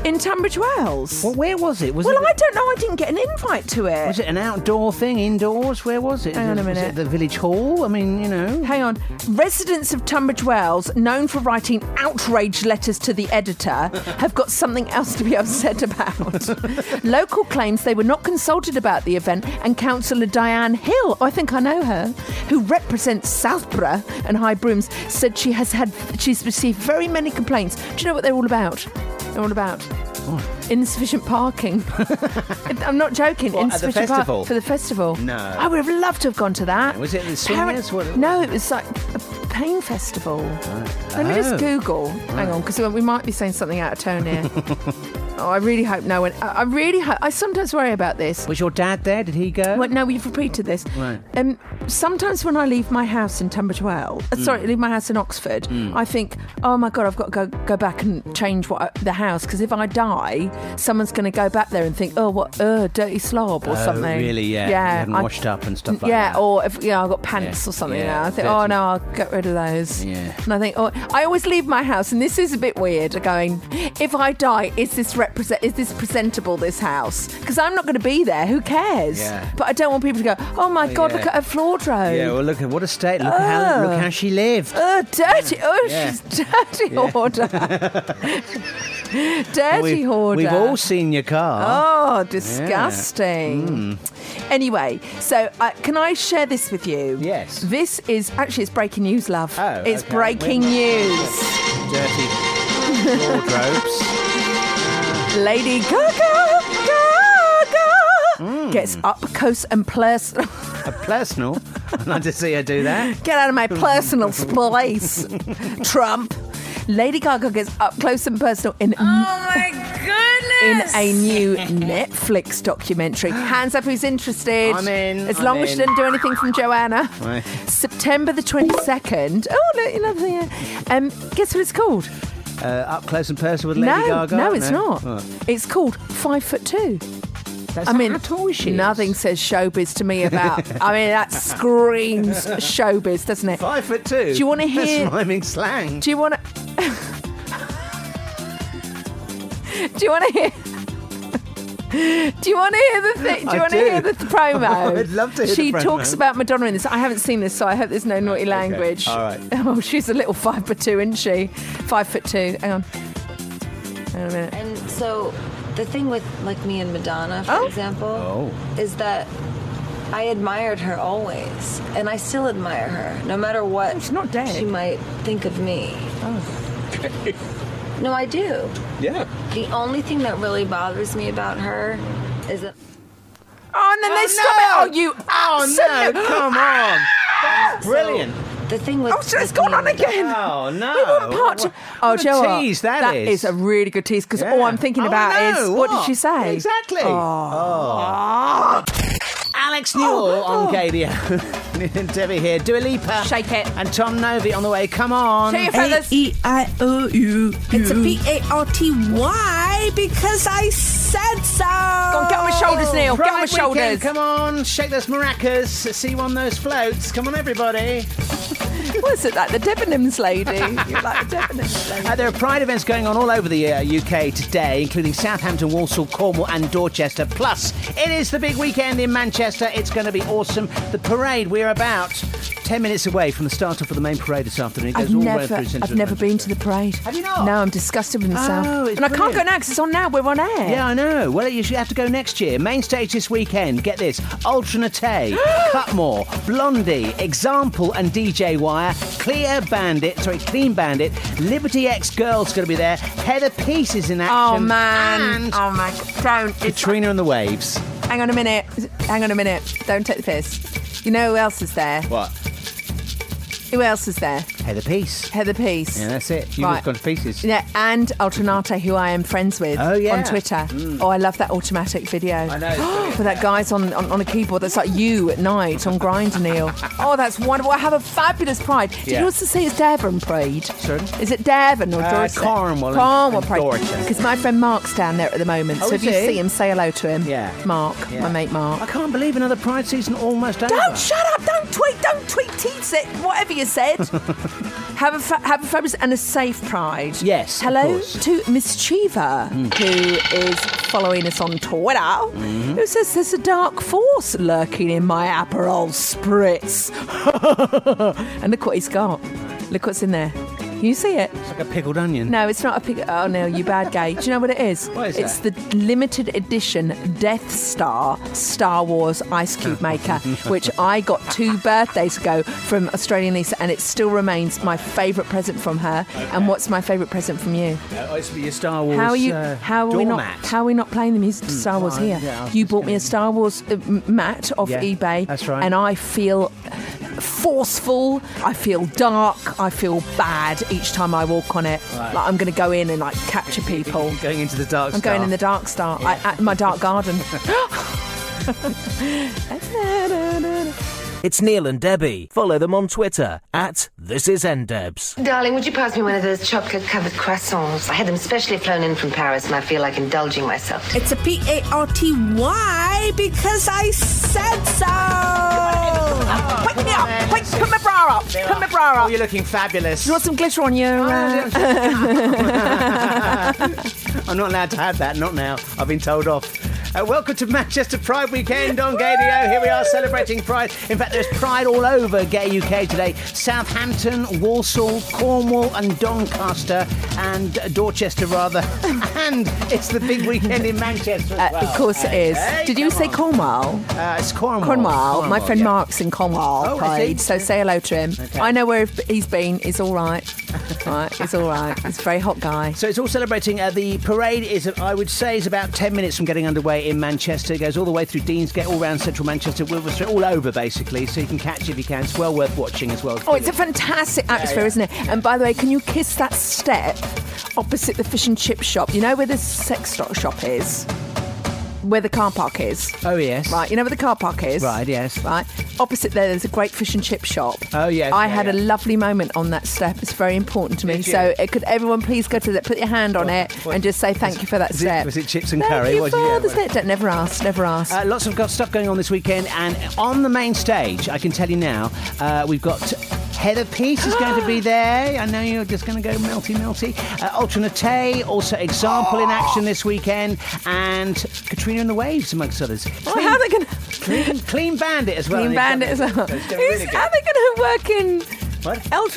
Speaker 2: in Tunbridge Wells. Well,
Speaker 4: where was it? Was
Speaker 2: well,
Speaker 4: it-
Speaker 2: I don't know. I didn't get an invite to it.
Speaker 4: Was it an outdoor thing, indoors? Where was it?
Speaker 2: Hang on a
Speaker 4: Was it
Speaker 2: minute.
Speaker 4: the village hall? I mean, you know.
Speaker 2: Hang on. Residents of Tunbridge Wells, known for writing outrage letters to the editor, have got something else to be upset about. Local claims they were not consulted about the event, and Councillor Diane Hill, I think I know her, who represents Southborough and High Brooms, said she has had she's received very many complaints. Do you know what they're all about? They're all about insufficient parking. I'm not joking.
Speaker 4: What, at the
Speaker 2: insufficient
Speaker 4: festival?
Speaker 2: Park for the festival.
Speaker 4: No.
Speaker 2: I would have loved to have gone to that.
Speaker 4: Was it the
Speaker 2: Apparent-
Speaker 4: swingers? What-
Speaker 2: No, it was like a pain festival. Let me
Speaker 4: Oh.
Speaker 2: just Google. Hang on, because we might be saying something out of tone here. oh, I really hope no one. I, I really hope. I sometimes worry about this.
Speaker 4: Was your dad there? Did he go?
Speaker 2: Well, no, we've repeated this.
Speaker 4: Right.
Speaker 2: Um, sometimes when I leave my house in Tunbridge Wells,
Speaker 4: Hmm.
Speaker 2: uh, sorry, leave my house in Oxford, I think, oh my god, I've got to go, go back and change what I, the house because if I die, someone's going to go back there and think, oh, what, uh, dirty slob or
Speaker 4: Oh,
Speaker 2: something.
Speaker 4: really? Yeah. You
Speaker 2: yeah.
Speaker 4: hadn't
Speaker 2: I-
Speaker 4: washed up and stuff like
Speaker 2: yeah, oh.
Speaker 4: that.
Speaker 2: or if yeah, I've got pants
Speaker 4: Yeah,
Speaker 2: or something
Speaker 4: yeah,
Speaker 2: now. I think,
Speaker 4: dirty.
Speaker 2: oh no, I'll get rid of those.
Speaker 4: Yeah.
Speaker 2: And I think, oh, I always leave my house, and this is a bit weird. Going, if I die, is this represent? Is this presentable? This house? Because I'm not going to be there. Who cares?
Speaker 4: Yeah.
Speaker 2: But I don't want people to go, oh my god,
Speaker 4: yeah.
Speaker 2: look at her floor drove.
Speaker 4: Yeah, well, look at what a state. Look, at how, look how she lived.
Speaker 2: Oh, dirty! Oh,
Speaker 4: Yeah.
Speaker 2: she's dirty
Speaker 4: Yeah.
Speaker 2: hoarder. dirty
Speaker 4: we've,
Speaker 2: hoarder.
Speaker 4: We've all seen your car.
Speaker 2: Oh, disgusting.
Speaker 4: Hmm.
Speaker 2: Anyway, so uh, can I share this with you? Yes. This is actually it's breaking news, love. Oh, it's
Speaker 4: okay.
Speaker 2: breaking news.
Speaker 4: Dirty wardrobes.
Speaker 2: Lady Gaga, Gaga
Speaker 4: Hmm.
Speaker 2: gets up close and personal.
Speaker 4: A personal. I'd like to see her do that.
Speaker 2: Get out of my personal place, Trump. Lady Gaga gets up close and personal in in a new Netflix documentary. Hands up who's interested.
Speaker 4: I'm in,
Speaker 2: As
Speaker 4: I'm
Speaker 2: long as she
Speaker 4: in.
Speaker 2: didn't do anything from Joanna.
Speaker 4: Right.
Speaker 2: uh, September the 22nd. Oh, look, you know, the, um, guess what it's called?
Speaker 4: Uh, up close and personal with
Speaker 2: no,
Speaker 4: Lady Gaga?
Speaker 2: no, it's not.
Speaker 4: Oh.
Speaker 2: It's called Five Foot Two.
Speaker 4: That's
Speaker 2: I
Speaker 4: not
Speaker 2: mean,
Speaker 4: how tall she is.
Speaker 2: nothing says showbiz to me about. I mean, that screams showbiz, doesn't it?
Speaker 4: Five foot two.
Speaker 2: Do you want to
Speaker 4: That's
Speaker 2: hear?
Speaker 4: rhyming slang.
Speaker 2: Do you want to? do you want to hear? Do you want to hear the thing? Do
Speaker 4: I
Speaker 2: you want to
Speaker 4: do.
Speaker 2: hear the th- promo?
Speaker 4: I'd love to hear
Speaker 2: She
Speaker 4: the promo.
Speaker 2: talks about Madonna in this. I haven't seen this, so I hope there's no naughty language.
Speaker 4: All right.
Speaker 2: Oh, she's a little five foot two, isn't she? Five foot two. Hang on. Hang on a minute.
Speaker 12: And so the thing with like me and Madonna,
Speaker 13: Oh.
Speaker 12: for example, is that I admired her always, and I still admire her, no matter what she's not dead. she might think of me.
Speaker 13: Oh.
Speaker 12: No, I do.
Speaker 8: yeah.
Speaker 12: The only thing that really bothers me about her is that.
Speaker 2: Oh, and then
Speaker 12: Oh,
Speaker 2: they stop
Speaker 12: no!
Speaker 2: it. Oh, you
Speaker 12: Oh, no,
Speaker 2: absolute-
Speaker 12: come
Speaker 4: on. That's brilliant.
Speaker 12: The thing with
Speaker 2: oh, so it's gone on again.
Speaker 4: Oh no!
Speaker 2: We want part two. Oh,
Speaker 4: what
Speaker 2: do you know
Speaker 4: a
Speaker 2: what?
Speaker 4: tease that
Speaker 2: that
Speaker 4: is.
Speaker 2: a really good tease because all
Speaker 4: Yeah.
Speaker 2: I'm thinking
Speaker 4: Oh,
Speaker 2: about
Speaker 4: I
Speaker 2: is
Speaker 4: know,
Speaker 2: what? did
Speaker 4: what?
Speaker 2: she say?
Speaker 4: Exactly.
Speaker 2: Oh.
Speaker 4: Alex Newell on KDO. and Debbie here. Dua Lipa.
Speaker 2: Shake it.
Speaker 4: And Tom Novi on the way. Come on.
Speaker 14: E I O U. It's a P A R T Y because I said so. Go
Speaker 2: on, get on my shoulders, Neil. Get on my
Speaker 4: Pride
Speaker 2: shoulders.
Speaker 4: weekend, Oh, Come on, shake those maracas. See one those floats. Come on, everybody.
Speaker 2: Was it like the Debenhams lady? You're like the Debenhams lady.
Speaker 4: Uh, there are Pride events going on all over the uh, UK today, including Southampton, Walsall, Cornwall, and Dorchester. Plus, it is the big weekend in Manchester. It's going to be awesome. The parade, we're about 10 minutes away from the start off of the main parade this afternoon. It goes
Speaker 2: I've
Speaker 4: all
Speaker 2: never,
Speaker 4: the way through central
Speaker 2: I've never been to the parade. Have you not? No, I'm disgusted with myself.
Speaker 4: Oh, it's
Speaker 2: and I can't go
Speaker 4: brilliant.
Speaker 2: now because it's on now. We're on air.
Speaker 4: Yeah, I know. Well, you should have to go next year. Main stage this weekend. Get this: Alternate, Cutmore, Blondie, Example, and DJ Wire. Clear Bandit, sorry, Clean Bandit. Liberty X Girls going to be there. Heather Peace is in action.
Speaker 2: Oh man. oh my. Don't. It's
Speaker 4: Katrina and the Waves.
Speaker 2: Hang on a minute. Hang on a minute. Don't take the piss. You know who else is there?
Speaker 4: What?
Speaker 2: Who else is there?
Speaker 4: Heather Peace.
Speaker 2: Heather Peace.
Speaker 4: Yeah, that's it. You've
Speaker 2: Right.
Speaker 4: gone to pieces.
Speaker 2: Yeah, and Alternate, who I am friends with
Speaker 4: Oh, yeah.
Speaker 2: on Twitter.
Speaker 4: Mm.
Speaker 2: Oh, I love that automatic video. I
Speaker 4: know, it's brilliant.
Speaker 2: With that guy's on, on, on a keyboard that's like you at night on Grind Neil. Oh, that's wonderful. I have a fabulous pride. Did
Speaker 4: Yeah.
Speaker 2: you also see it's Devon Pride?
Speaker 4: Sorry?
Speaker 2: Is it Devon or
Speaker 4: Uh,
Speaker 2: Dorset?
Speaker 4: Cornwall and-
Speaker 2: Cornwall
Speaker 4: and
Speaker 2: Pride.
Speaker 4: Dorchester.
Speaker 2: Because my friend Mark's down there at the moment.
Speaker 4: Oh,
Speaker 2: so if
Speaker 4: is
Speaker 2: you
Speaker 4: he?
Speaker 2: see him, say hello to him. Yeah. Mark,
Speaker 4: Yeah.
Speaker 2: my mate Mark.
Speaker 4: I can't believe another Pride season almost over.
Speaker 2: Don't shut up! Don't tweet! Don't tweet! Tease it! Whatever you said. have a fa- have a fabulous and a safe Pride.
Speaker 4: Yes, of
Speaker 2: Hello
Speaker 4: course. Hmm.
Speaker 2: to Miss Cheever, who is following us on Twitter.
Speaker 4: Mm-hmm.
Speaker 2: Who says there's a dark force lurking in my Aperol spritz? and look what he's got. Look what's in there. Can you see it?
Speaker 4: It's like a pickled onion.
Speaker 2: No, it's not a pig. Oh no, you bad guy. Do you know what it is?
Speaker 4: What is
Speaker 2: it's
Speaker 4: that?
Speaker 2: the limited edition Death Star Star Wars ice cube maker, which I got two birthdays ago from Australian Lisa, and it still remains my favourite present from her. And what's my favourite present from you?
Speaker 4: Uh, it's your Star Wars.
Speaker 2: How are you?
Speaker 4: uh,
Speaker 2: how are we not?
Speaker 4: doormat.
Speaker 2: How are we not playing the music to Star Wars
Speaker 4: Well,
Speaker 2: here?
Speaker 4: yeah, I was
Speaker 2: you bought me a Star Wars uh, m- mat off
Speaker 4: Yeah,
Speaker 2: eBay.
Speaker 4: that's right.
Speaker 2: And I feel forceful. I feel dark. I feel bad each time I walk on it.
Speaker 4: Right.
Speaker 2: Like I'm going to go in and like capture people.
Speaker 4: Going into the dark.
Speaker 2: I'm
Speaker 4: star.
Speaker 2: going in the dark star. I, at my dark garden.
Speaker 5: It's Neil and Debbie. Follow them on Twitter at This Is NDebs.
Speaker 15: Darling, would you pass me one of those chocolate covered croissants? I had them specially flown in from Paris and I feel like indulging myself.
Speaker 14: It's a P A R T Y because I said so.
Speaker 2: Wake me up! Wake, put my bra up! Put my bra up!
Speaker 4: Oh, You're looking fabulous.
Speaker 2: You want some glitter on your? Uh...
Speaker 4: I'm not allowed to have that, not now. I've been told off. Uh, welcome to Manchester Pride Weekend on Gadio. Here we are celebrating Pride. In fact, there's Pride all over Gay UK today. Southampton, Walsall, Cornwall, and Doncaster, and uh, Dorchester rather. and it's the big weekend in Manchester. As
Speaker 2: Uh,
Speaker 4: well.
Speaker 2: of course it is.
Speaker 4: Okay,
Speaker 2: Did you
Speaker 4: come
Speaker 2: say
Speaker 4: on.
Speaker 2: Cornwall?
Speaker 4: Uh, it's Cornwall.
Speaker 2: Cornwall. My
Speaker 4: Cornwall,
Speaker 2: friend
Speaker 4: yeah.
Speaker 2: Mark's in Cornwall,
Speaker 4: Oh, is
Speaker 2: Pride,
Speaker 4: he?
Speaker 2: so say hello to him. I know where he's been. He's all right. right, he's all right. He's a very hot guy.
Speaker 4: So it's all celebrating. Uh, the parade is, I would say, is about 10 minutes from getting underway in Manchester. It goes all the way through Deansgate, all round central Manchester, Wilbur Street, all over basically. So you can catch it if you can. It's well worth watching as well.
Speaker 2: Oh, it's a fantastic atmosphere,
Speaker 4: yeah.
Speaker 2: isn't it? And by the way, can you kiss that step opposite the fish and chip shop? You know where the sex shop shop is? where the car park is.
Speaker 4: Oh, yes.
Speaker 2: Right, you know where the car park is?
Speaker 4: Right, yes.
Speaker 2: Right. Opposite there, there's a great fish and chip shop.
Speaker 4: Oh, yes,
Speaker 2: I
Speaker 4: yeah,
Speaker 2: had a
Speaker 4: yeah.
Speaker 2: lovely moment on that step. It's very important to me.
Speaker 4: Did you?
Speaker 2: So, it could everyone please go to that, put your hand on it,
Speaker 4: what-
Speaker 2: and just say thank you for that
Speaker 4: was it-
Speaker 2: step.
Speaker 4: was it chips and
Speaker 2: Thank
Speaker 4: curry?
Speaker 2: You
Speaker 4: What did
Speaker 2: for
Speaker 4: you get?
Speaker 2: the step. Don't- Never ask, never ask.
Speaker 4: Uh, lots of got stuff going on this weekend, and on the main stage, I can tell you now, uh, we've got Heather Peace is going to be there. I know you're just going to go melty, melty. Uh, Alternate, also Example in action this weekend, and Katrina and the Waves, amongst others.
Speaker 2: Well, how are they going to
Speaker 4: Clean, clean Bandit as well.
Speaker 2: clean
Speaker 4: and
Speaker 2: bandit as
Speaker 4: it's
Speaker 2: well?
Speaker 4: got-
Speaker 2: Who's,
Speaker 4: it's doing really good.
Speaker 2: how are they going to work in
Speaker 4: What?
Speaker 2: El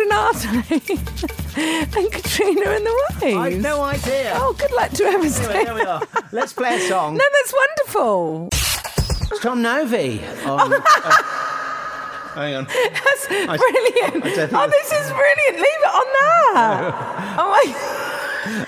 Speaker 2: Trinate and Katrina and the Waves?
Speaker 4: I've no idea.
Speaker 2: Oh, good luck to
Speaker 4: Anyway,
Speaker 2: everyone.
Speaker 4: there we are. Let's play a song.
Speaker 2: No, that's wonderful.
Speaker 4: It's Tom Novi. on- oh, hang on.
Speaker 2: That's
Speaker 4: I-
Speaker 2: brilliant.
Speaker 4: I don't think
Speaker 2: oh,
Speaker 4: that's-
Speaker 2: this is brilliant. Leave it on there. Oh my!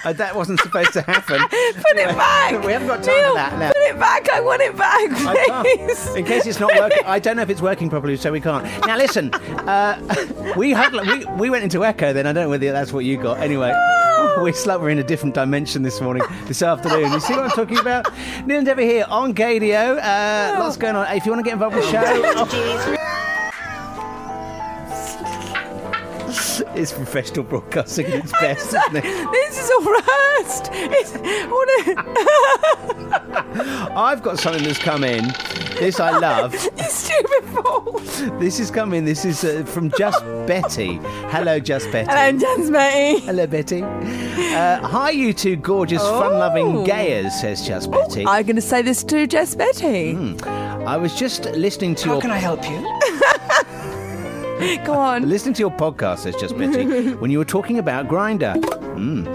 Speaker 4: Uh, that wasn't supposed to happen.
Speaker 2: Put it back.
Speaker 4: We haven't got time
Speaker 2: Neil,
Speaker 4: for that now.
Speaker 2: Put it back. I want it back,
Speaker 4: I
Speaker 2: please.
Speaker 4: can't. In case it's not working, I don't know if it's working properly, so we can't. Now listen, uh, we had we, we went into echo. Then I don't know whether that's what you got. Anyway, we slept. We're in a different dimension this morning, this afternoon. You see what I'm talking about? Neil and Debbie here on Gadio. Uh, lots going on. If you want to get involved with the oh. show. It's professional broadcasting at its best, isn't it?
Speaker 2: This is all rehearsed. It's, what
Speaker 4: I've got something that's come in. This I love.
Speaker 2: a, you stupid fool.
Speaker 4: This is coming. This is uh, from Just Betty. Hello, Just Betty.
Speaker 2: Hello, Just Betty.
Speaker 4: Hello, Betty. Uh, hi, you two gorgeous, fun-loving gayers, says Just Betty.
Speaker 2: I'm going to say this to Jess Betty.
Speaker 4: Hmm. I was just listening to your.
Speaker 2: you? Go on.
Speaker 4: Listening to your podcast, says Just Betty, when you were talking about Grinder. Mm.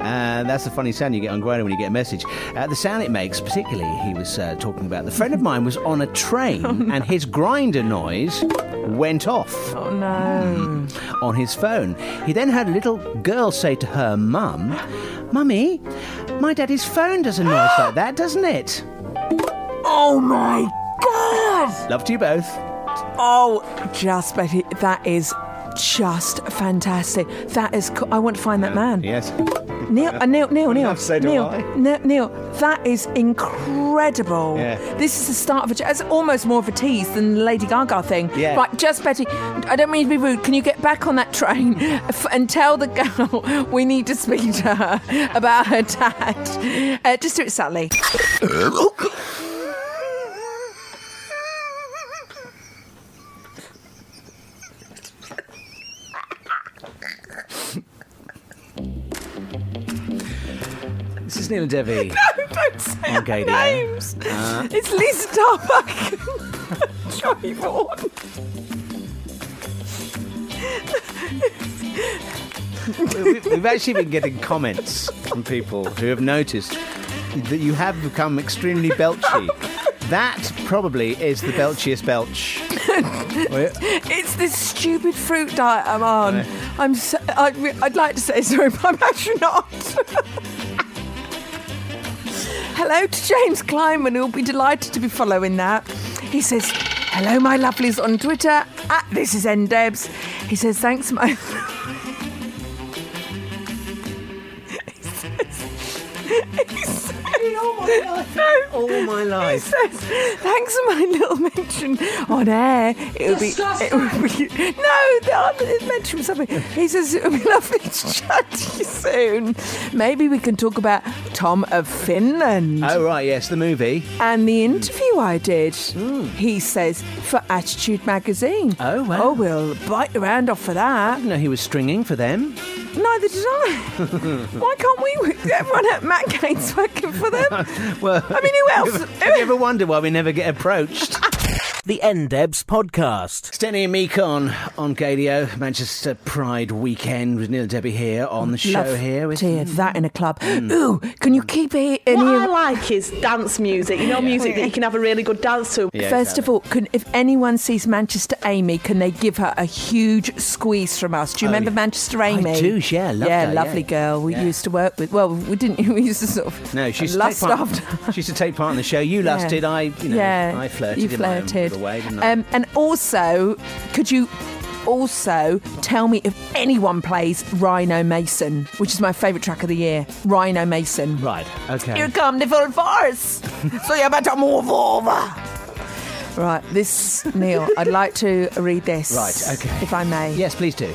Speaker 4: Uh, that's the funny sound you get on Grinder when you get a message. Uh, the sound it makes, particularly, he was uh, talking about. The friend of mine was on a train and his Grinder noise went off.
Speaker 2: Oh no.
Speaker 4: on his phone. He then heard a little girl say to her mum, Mummy, my daddy's phone does a noise like that, doesn't it?
Speaker 2: Oh my god.
Speaker 4: Love to you both.
Speaker 2: Oh, just Betty, that is just fantastic. That is. Co- I want to find that man.
Speaker 4: Yes.
Speaker 2: Neil, uh, Neil, Neil, Neil,
Speaker 4: so do
Speaker 2: Neil,
Speaker 4: I.
Speaker 2: Neil, Neil, that is incredible.
Speaker 4: Yeah.
Speaker 2: This is the start of a. It's almost more of a tease than the Lady Gaga thing.
Speaker 4: Yeah.
Speaker 2: Right, just Betty, I don't mean to be rude. Can you get back on that train f- and tell the girl we need to speak to her about her dad? Uh, just do it subtly.
Speaker 4: This is Neil and Devi.
Speaker 2: No, don't say
Speaker 4: On Gadio.
Speaker 2: our names.
Speaker 4: Uh.
Speaker 2: It's Lisa Tarbuck and Johnny Vaughan.
Speaker 4: we've, we've actually been getting comments from people who have noticed that you have become extremely belchy. That probably is the belchiest belch.
Speaker 2: it's this stupid fruit diet I'm on. I'm so, I'd, re- I'd like to say sorry, but I'm actually not. Hello to James Kleinman, who'll be delighted to be following that. He says, Hello, my lovelies on Twitter, at this is NDebs. He says, Thanks, my. he says, he says, no.
Speaker 4: All my
Speaker 2: He
Speaker 4: life.
Speaker 2: says, thanks for my little mention on air. It'll be,
Speaker 4: Disgusting.
Speaker 2: it'll be. No, there aren't it mentioned something. He says, it'll be lovely to chat to you soon. Maybe we can talk about Tom of Finland
Speaker 4: Oh, right, yes, the movie.
Speaker 2: and the interview I did, he says, for Attitude magazine.
Speaker 4: Hmm. Oh, wow.
Speaker 2: Oh, we'll bite your hand off for that.
Speaker 4: You know, he was stringing for them.
Speaker 2: Neither did I. Why can't we? Everyone at Matt Gaines working for them.
Speaker 4: Well,
Speaker 2: I mean, who else?
Speaker 4: Have you ever wondered why we never get approached?
Speaker 5: The NDebs podcast.
Speaker 4: Steny and Mekon on Gadio, Manchester Pride weekend with Neil and Debbie here on the show
Speaker 2: Love
Speaker 4: here. With
Speaker 2: to hear that in a club.
Speaker 4: Mm.
Speaker 2: Ooh, can you keep it in
Speaker 16: What
Speaker 2: here?
Speaker 16: I like is dance music. You know, music that you can have a really good dance to.
Speaker 2: First of all, can, if anyone sees Manchester Amy, can they give her a huge squeeze from us? Do you
Speaker 4: Oh,
Speaker 2: remember
Speaker 4: yeah.
Speaker 2: Manchester Amy?
Speaker 4: do, yeah, loved
Speaker 2: yeah,
Speaker 4: her,
Speaker 2: lovely
Speaker 4: yeah.
Speaker 2: girl. We
Speaker 4: Yeah.
Speaker 2: used to work with. Well, we didn't. We used to sort of
Speaker 4: No, she used, to take
Speaker 2: lust
Speaker 4: part,
Speaker 2: after.
Speaker 4: she used to take part in the show. You
Speaker 2: Yeah.
Speaker 4: lusted, I, you know,
Speaker 2: yeah,
Speaker 4: I flirted.
Speaker 2: You
Speaker 4: in my own
Speaker 2: flirted.
Speaker 4: little way, didn't I?
Speaker 2: um, and also, could you also tell me if anyone plays Rhino Mason, which is my favourite track of the year. Rhino Mason.
Speaker 4: Right. Okay.
Speaker 2: Here come the full force. so you better move over. Right. This Neil, I'd like to read this.
Speaker 4: Right, okay.
Speaker 2: If I may.
Speaker 4: Yes, please do.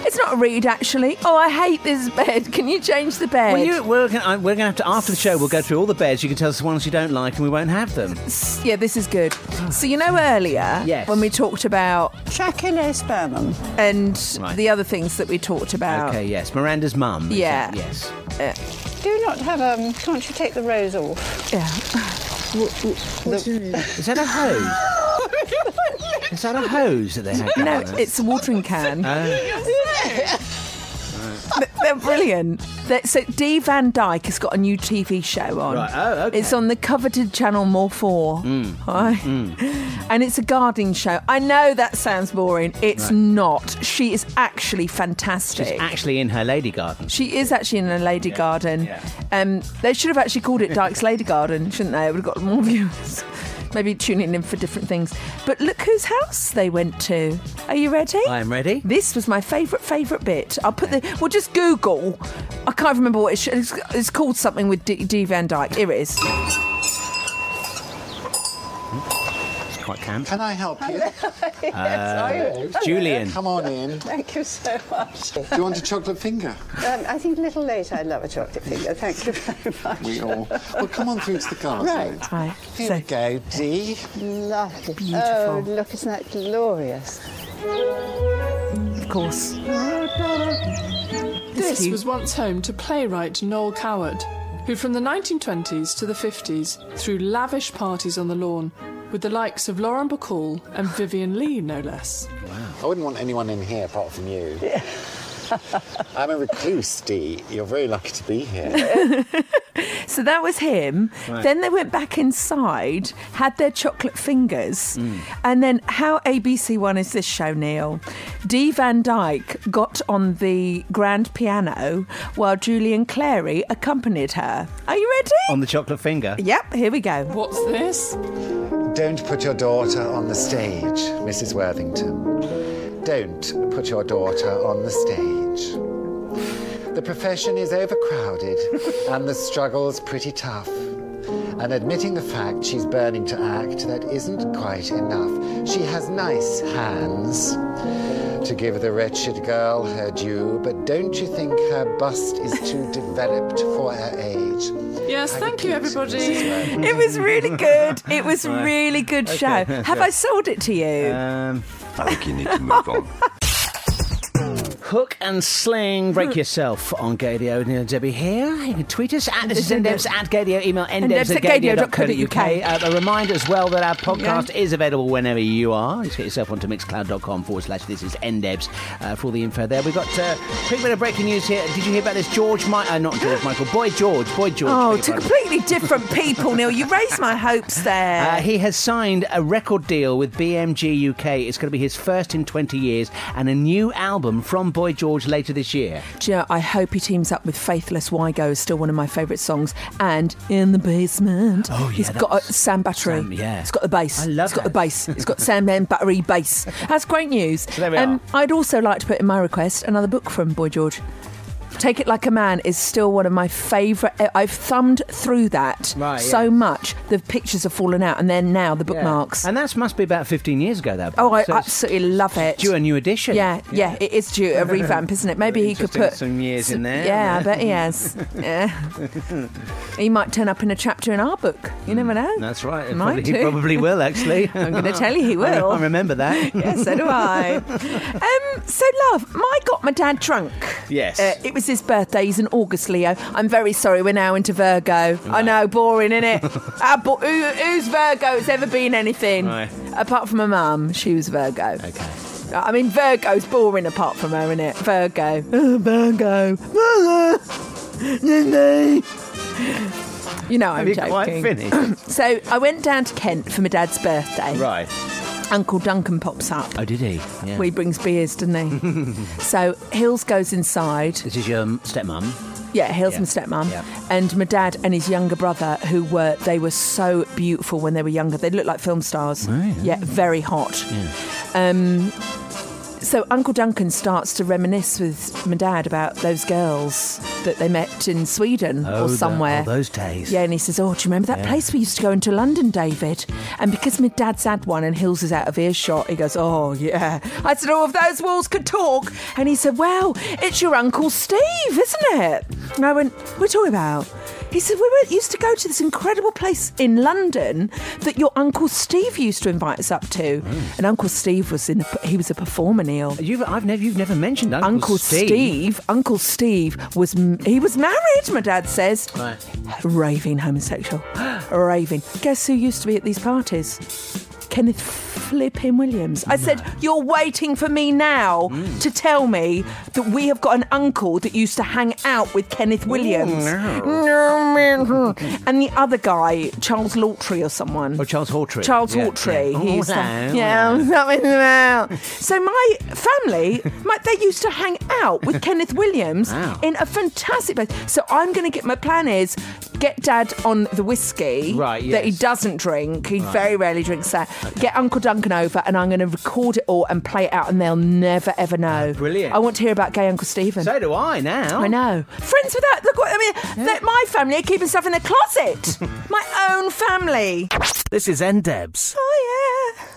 Speaker 2: It's not a read actually. Oh, I hate this bed. Can you change the bed?
Speaker 4: Well, you, we're going to we're gonna have to, after the show, we'll go through all the beds. You can tell us the ones you don't like and we won't have them.
Speaker 2: Yeah, this is good. So you know earlier
Speaker 4: Yes.
Speaker 2: when we talked about
Speaker 9: tracheospermum
Speaker 2: and
Speaker 4: Right.
Speaker 2: the other things that we talked about.
Speaker 4: Okay, yes. Miranda's mum. is
Speaker 2: Yeah.
Speaker 4: it? Yes.
Speaker 9: Do not have um. Can't you take the rose off?
Speaker 2: Yeah.
Speaker 4: Is that a hose? Is that a hose that they had? down
Speaker 2: no,
Speaker 4: there?
Speaker 2: it's a watering can.
Speaker 4: Oh,
Speaker 2: Th- They're brilliant. They're- so Dee Van Dyke has got a new TV show on.
Speaker 4: Right, oh, okay. Mm.
Speaker 2: It's on the coveted channel More Four. Right? And it's a gardening show. I know that sounds boring. It's
Speaker 4: Right.
Speaker 2: not. She is actually fantastic.
Speaker 4: she's actually in her lady garden.
Speaker 2: She is actually in a lady
Speaker 4: Yeah,
Speaker 2: garden.
Speaker 4: yeah.
Speaker 2: Um, they should have actually called it Dyke's Lady Garden, shouldn't they? It would have got more viewers. Maybe tuning in for different things. But look whose house they went to. Are you ready?
Speaker 4: I am ready.
Speaker 2: This was my favourite, favourite bit. I'll put the. Well, just Google. I can't remember what it's. It's, it's called something with D, D Van Dyke. Here it is.
Speaker 4: It's quite camp. Uh,
Speaker 17: Can I help you?
Speaker 9: yes, I would.
Speaker 4: Julian.
Speaker 17: Come on in.
Speaker 9: Thank you so much.
Speaker 17: Do you want a chocolate finger?
Speaker 9: Um, I think a little late. I'd love a chocolate finger. Thank you very much.
Speaker 17: We all. Well, come on through to the car.
Speaker 9: Right.
Speaker 2: Right.
Speaker 17: Here we go, Dee.
Speaker 9: Lovely.
Speaker 17: Beautiful.
Speaker 9: Oh, look, isn't that glorious?
Speaker 2: Of course.
Speaker 10: This
Speaker 2: cute.
Speaker 10: was once home to playwright Noel Coward, who from the 1920s to the 50s threw lavish parties on the lawn with the likes of Lauren Bacall and Vivian Lee, no less.
Speaker 17: I wouldn't want anyone in here apart from you. I'm a recluse, Dee. You're very lucky to be here.
Speaker 2: So that was him.
Speaker 17: Right.
Speaker 2: Then they went back inside, had their chocolate fingers,
Speaker 17: Mm.
Speaker 2: and then how ABC One is this show, Neil? Dee Van Dyke got on the grand piano while Julian Clary accompanied her. Are you ready?
Speaker 4: On the chocolate finger.
Speaker 2: Yep, here we go.
Speaker 10: What's this?
Speaker 17: Don't put your daughter on the stage, Mrs. Worthington. Don't put your daughter on the stage. The profession is overcrowded and the struggle's pretty tough. And admitting the fact she's burning to act, that isn't quite enough. She has nice hands to give the wretched girl her due, but don't you think her bust is too developed for her age?
Speaker 10: Yes, thank you, everybody.
Speaker 2: It was really good. It was
Speaker 17: Right.
Speaker 2: really good
Speaker 17: Okay, Uh,
Speaker 2: show.
Speaker 17: okay.
Speaker 2: Have I sold it to you?
Speaker 4: Um,
Speaker 8: I think you need to move on.
Speaker 4: Hook and sling, break yourself on Gadio. Neil and uh, Debbie here. You can tweet us at this is ndebs at Gadio. Email ndebs at gadio.co.uk. Uh, a reminder as well that our podcast is available whenever you are. Just get yourself onto mixcloud.com forward slash this is ndebs uh, for all the info there. We've got uh, quick bit of breaking news here. Did you hear about this? George, Mi- uh, not George Michael, Boy George, Boy George.
Speaker 2: Oh,
Speaker 4: beg your
Speaker 2: to
Speaker 4: pardon.
Speaker 2: completely different people, Neil. You raised my hopes there.
Speaker 4: Uh, he has signed a record deal with BMG UK. It's going to be his first in 20 years and a new album from Boy George later this year.
Speaker 2: Do you know, I hope he teams up with Faithless Wygo is still one of my favourite songs. And In the Basement. Oh, yeah, he's got a Sam Battery. yeah. It's got the bass. I love It's got the bass. It's got Sam Man Battery bass. That's great news. Um,
Speaker 4: there we
Speaker 2: I'd also like to put in my request another book from Boy George. Take It Like a Man is still one of my favourite. eh, I've thumbed through that
Speaker 4: Right,
Speaker 2: so
Speaker 4: yes.
Speaker 2: much. The pictures have fallen out, and then now the
Speaker 4: Yeah.
Speaker 2: bookmarks.
Speaker 4: And that must be about 15 years ago, that
Speaker 2: Oh,
Speaker 4: book.
Speaker 2: I
Speaker 4: So it's
Speaker 2: absolutely love it.
Speaker 4: due a new edition.
Speaker 2: Yeah, yeah, it is due a revamp, isn't it? Maybe he could
Speaker 4: Interesting,
Speaker 2: put
Speaker 4: some years in there.
Speaker 2: Yeah, I bet he has. Yeah. He might turn up in a chapter in our book. You never know.
Speaker 4: Hmm. That's right.
Speaker 2: Might
Speaker 4: Probably, he
Speaker 2: do.
Speaker 4: probably will, actually.
Speaker 2: I'm gonna tell you he
Speaker 4: I-
Speaker 2: will.
Speaker 4: I remember that.
Speaker 2: Yeah, so do I. Um, so, love, my got my dad drunk.
Speaker 4: Yes.
Speaker 2: Uh, it was his birthday. He's an August Leo. I'm very sorry. We're now into Virgo. I know, boring, innit? Our bo- who, who's Virgo that's ever been anything?
Speaker 4: Right.
Speaker 2: Apart from my mum, she was Virgo. Okay. I mean, Virgo's boring apart from her, innit? Virgo. Oh, Virgo. you know, I'm
Speaker 4: Have you
Speaker 2: joking.
Speaker 4: quite finished?
Speaker 2: so I went down to Kent for my dad's birthday.
Speaker 4: right.
Speaker 2: Uncle Duncan pops up.
Speaker 4: Oh, did he? Yeah.
Speaker 2: Well, he brings beers, doesn't he? so Hills goes inside.
Speaker 4: This is your um, stepmum.
Speaker 2: Yeah, Hills
Speaker 4: Yeah.
Speaker 2: and stepmom.
Speaker 4: Yeah.
Speaker 2: And my dad and his younger brother, who were, they were so beautiful when they were younger. They looked like film stars.
Speaker 4: Right,
Speaker 2: yeah. very hot.
Speaker 4: Yeah.
Speaker 2: Um, So Uncle Duncan starts to reminisce with my dad about those girls that they met in Sweden
Speaker 4: Oh,
Speaker 2: or
Speaker 4: the-
Speaker 2: somewhere.
Speaker 4: oh, those days.
Speaker 2: Yeah, and he says, "Oh, do you remember that
Speaker 4: Yeah.
Speaker 2: place we used to go into London, David?" And because my dad's had one and Hills is out of earshot, he goes, "Oh yeah." I said, "Oh, if those walls could talk," and he said, "Well, it's your uncle Steve, isn't it?" And I went, "What are you talking about?" He said, "We went, used to go to this incredible place in London that your uncle Steve used to invite us up to." And Uncle Steve was in a, he was a performer, Neil.
Speaker 4: You've I've never you've never mentioned Uncle,
Speaker 2: Steve. Uncle Steve was m- he was married. My dad says,
Speaker 4: Right.
Speaker 2: raving homosexual, raving. Guess who used to be at these parties? Kenneth Flippin Williams. I said, You're waiting for me now
Speaker 4: Mm.
Speaker 2: to tell me that we have got an uncle that used to hang out with Kenneth Williams. No, man. and the other guy, Charles Lautry or someone.
Speaker 4: Or Oh, Charles Hawtrey.
Speaker 2: Charles
Speaker 4: Yeah,
Speaker 2: Hawtrey.
Speaker 4: yeah.
Speaker 2: He
Speaker 4: Oh,
Speaker 2: used to-
Speaker 4: hello.
Speaker 2: yeah, I'm something about. So my family, my, they used to hang out with Kenneth Williams
Speaker 4: Wow.
Speaker 2: in a fantastic place. So I'm going to get my plan is get Dad on the whiskey
Speaker 4: Right,
Speaker 2: that he
Speaker 4: yes.
Speaker 2: doesn't drink. He
Speaker 4: Right.
Speaker 2: very rarely drinks that. Get Uncle Duncan over, and I'm going to record it all and play it out, and they'll never ever know.
Speaker 4: Oh, brilliant.
Speaker 2: I want to hear about gay Uncle Stephen.
Speaker 4: So do I now.
Speaker 2: I know. Friends without look what I mean. that My family are keeping stuff in their closet. my own family. Oh,
Speaker 5: This is NDebs.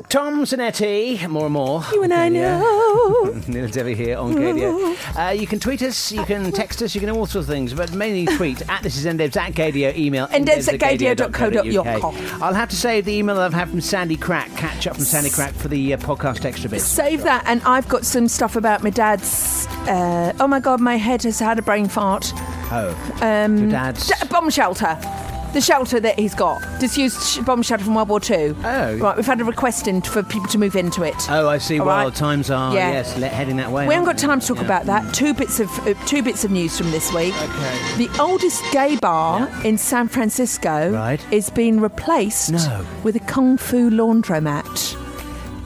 Speaker 4: Tom Zanetti, more and more. You
Speaker 2: and I know. Mm-hmm.
Speaker 4: Neil and Debbie here on KDO. Uh, you can tweet us, you can text us, you can do all sorts of things, but mainly tweet at this is NDebs, at KDO, email
Speaker 2: NDebs at
Speaker 4: uk. I'll have to save the email that I've had from Sandy Crack, catch up from Sandy Crack for the uh, podcast extra bit.
Speaker 2: Save that, and I've got some stuff about my dad's. Uh, oh my god, my head has had a brain fart.
Speaker 4: Oh.
Speaker 2: Um,
Speaker 4: Your dad's-
Speaker 2: d- bomb shelter. The shelter that he's got, disused sh- bomb shelter from World War Two.
Speaker 4: Oh.
Speaker 2: right. We've had a request in for people to move into it.
Speaker 4: Oh, I see.
Speaker 2: All
Speaker 4: well,
Speaker 2: right.
Speaker 4: times are,
Speaker 2: Yeah.
Speaker 4: yes, le- heading that way.
Speaker 2: We haven't got
Speaker 4: aren't
Speaker 2: time to talk
Speaker 4: Yeah.
Speaker 2: about that. Two bits of uh, two bits of news from this week. Okay. The oldest gay bar in San Francisco is being replaced
Speaker 4: No.
Speaker 2: with a kung fu laundromat.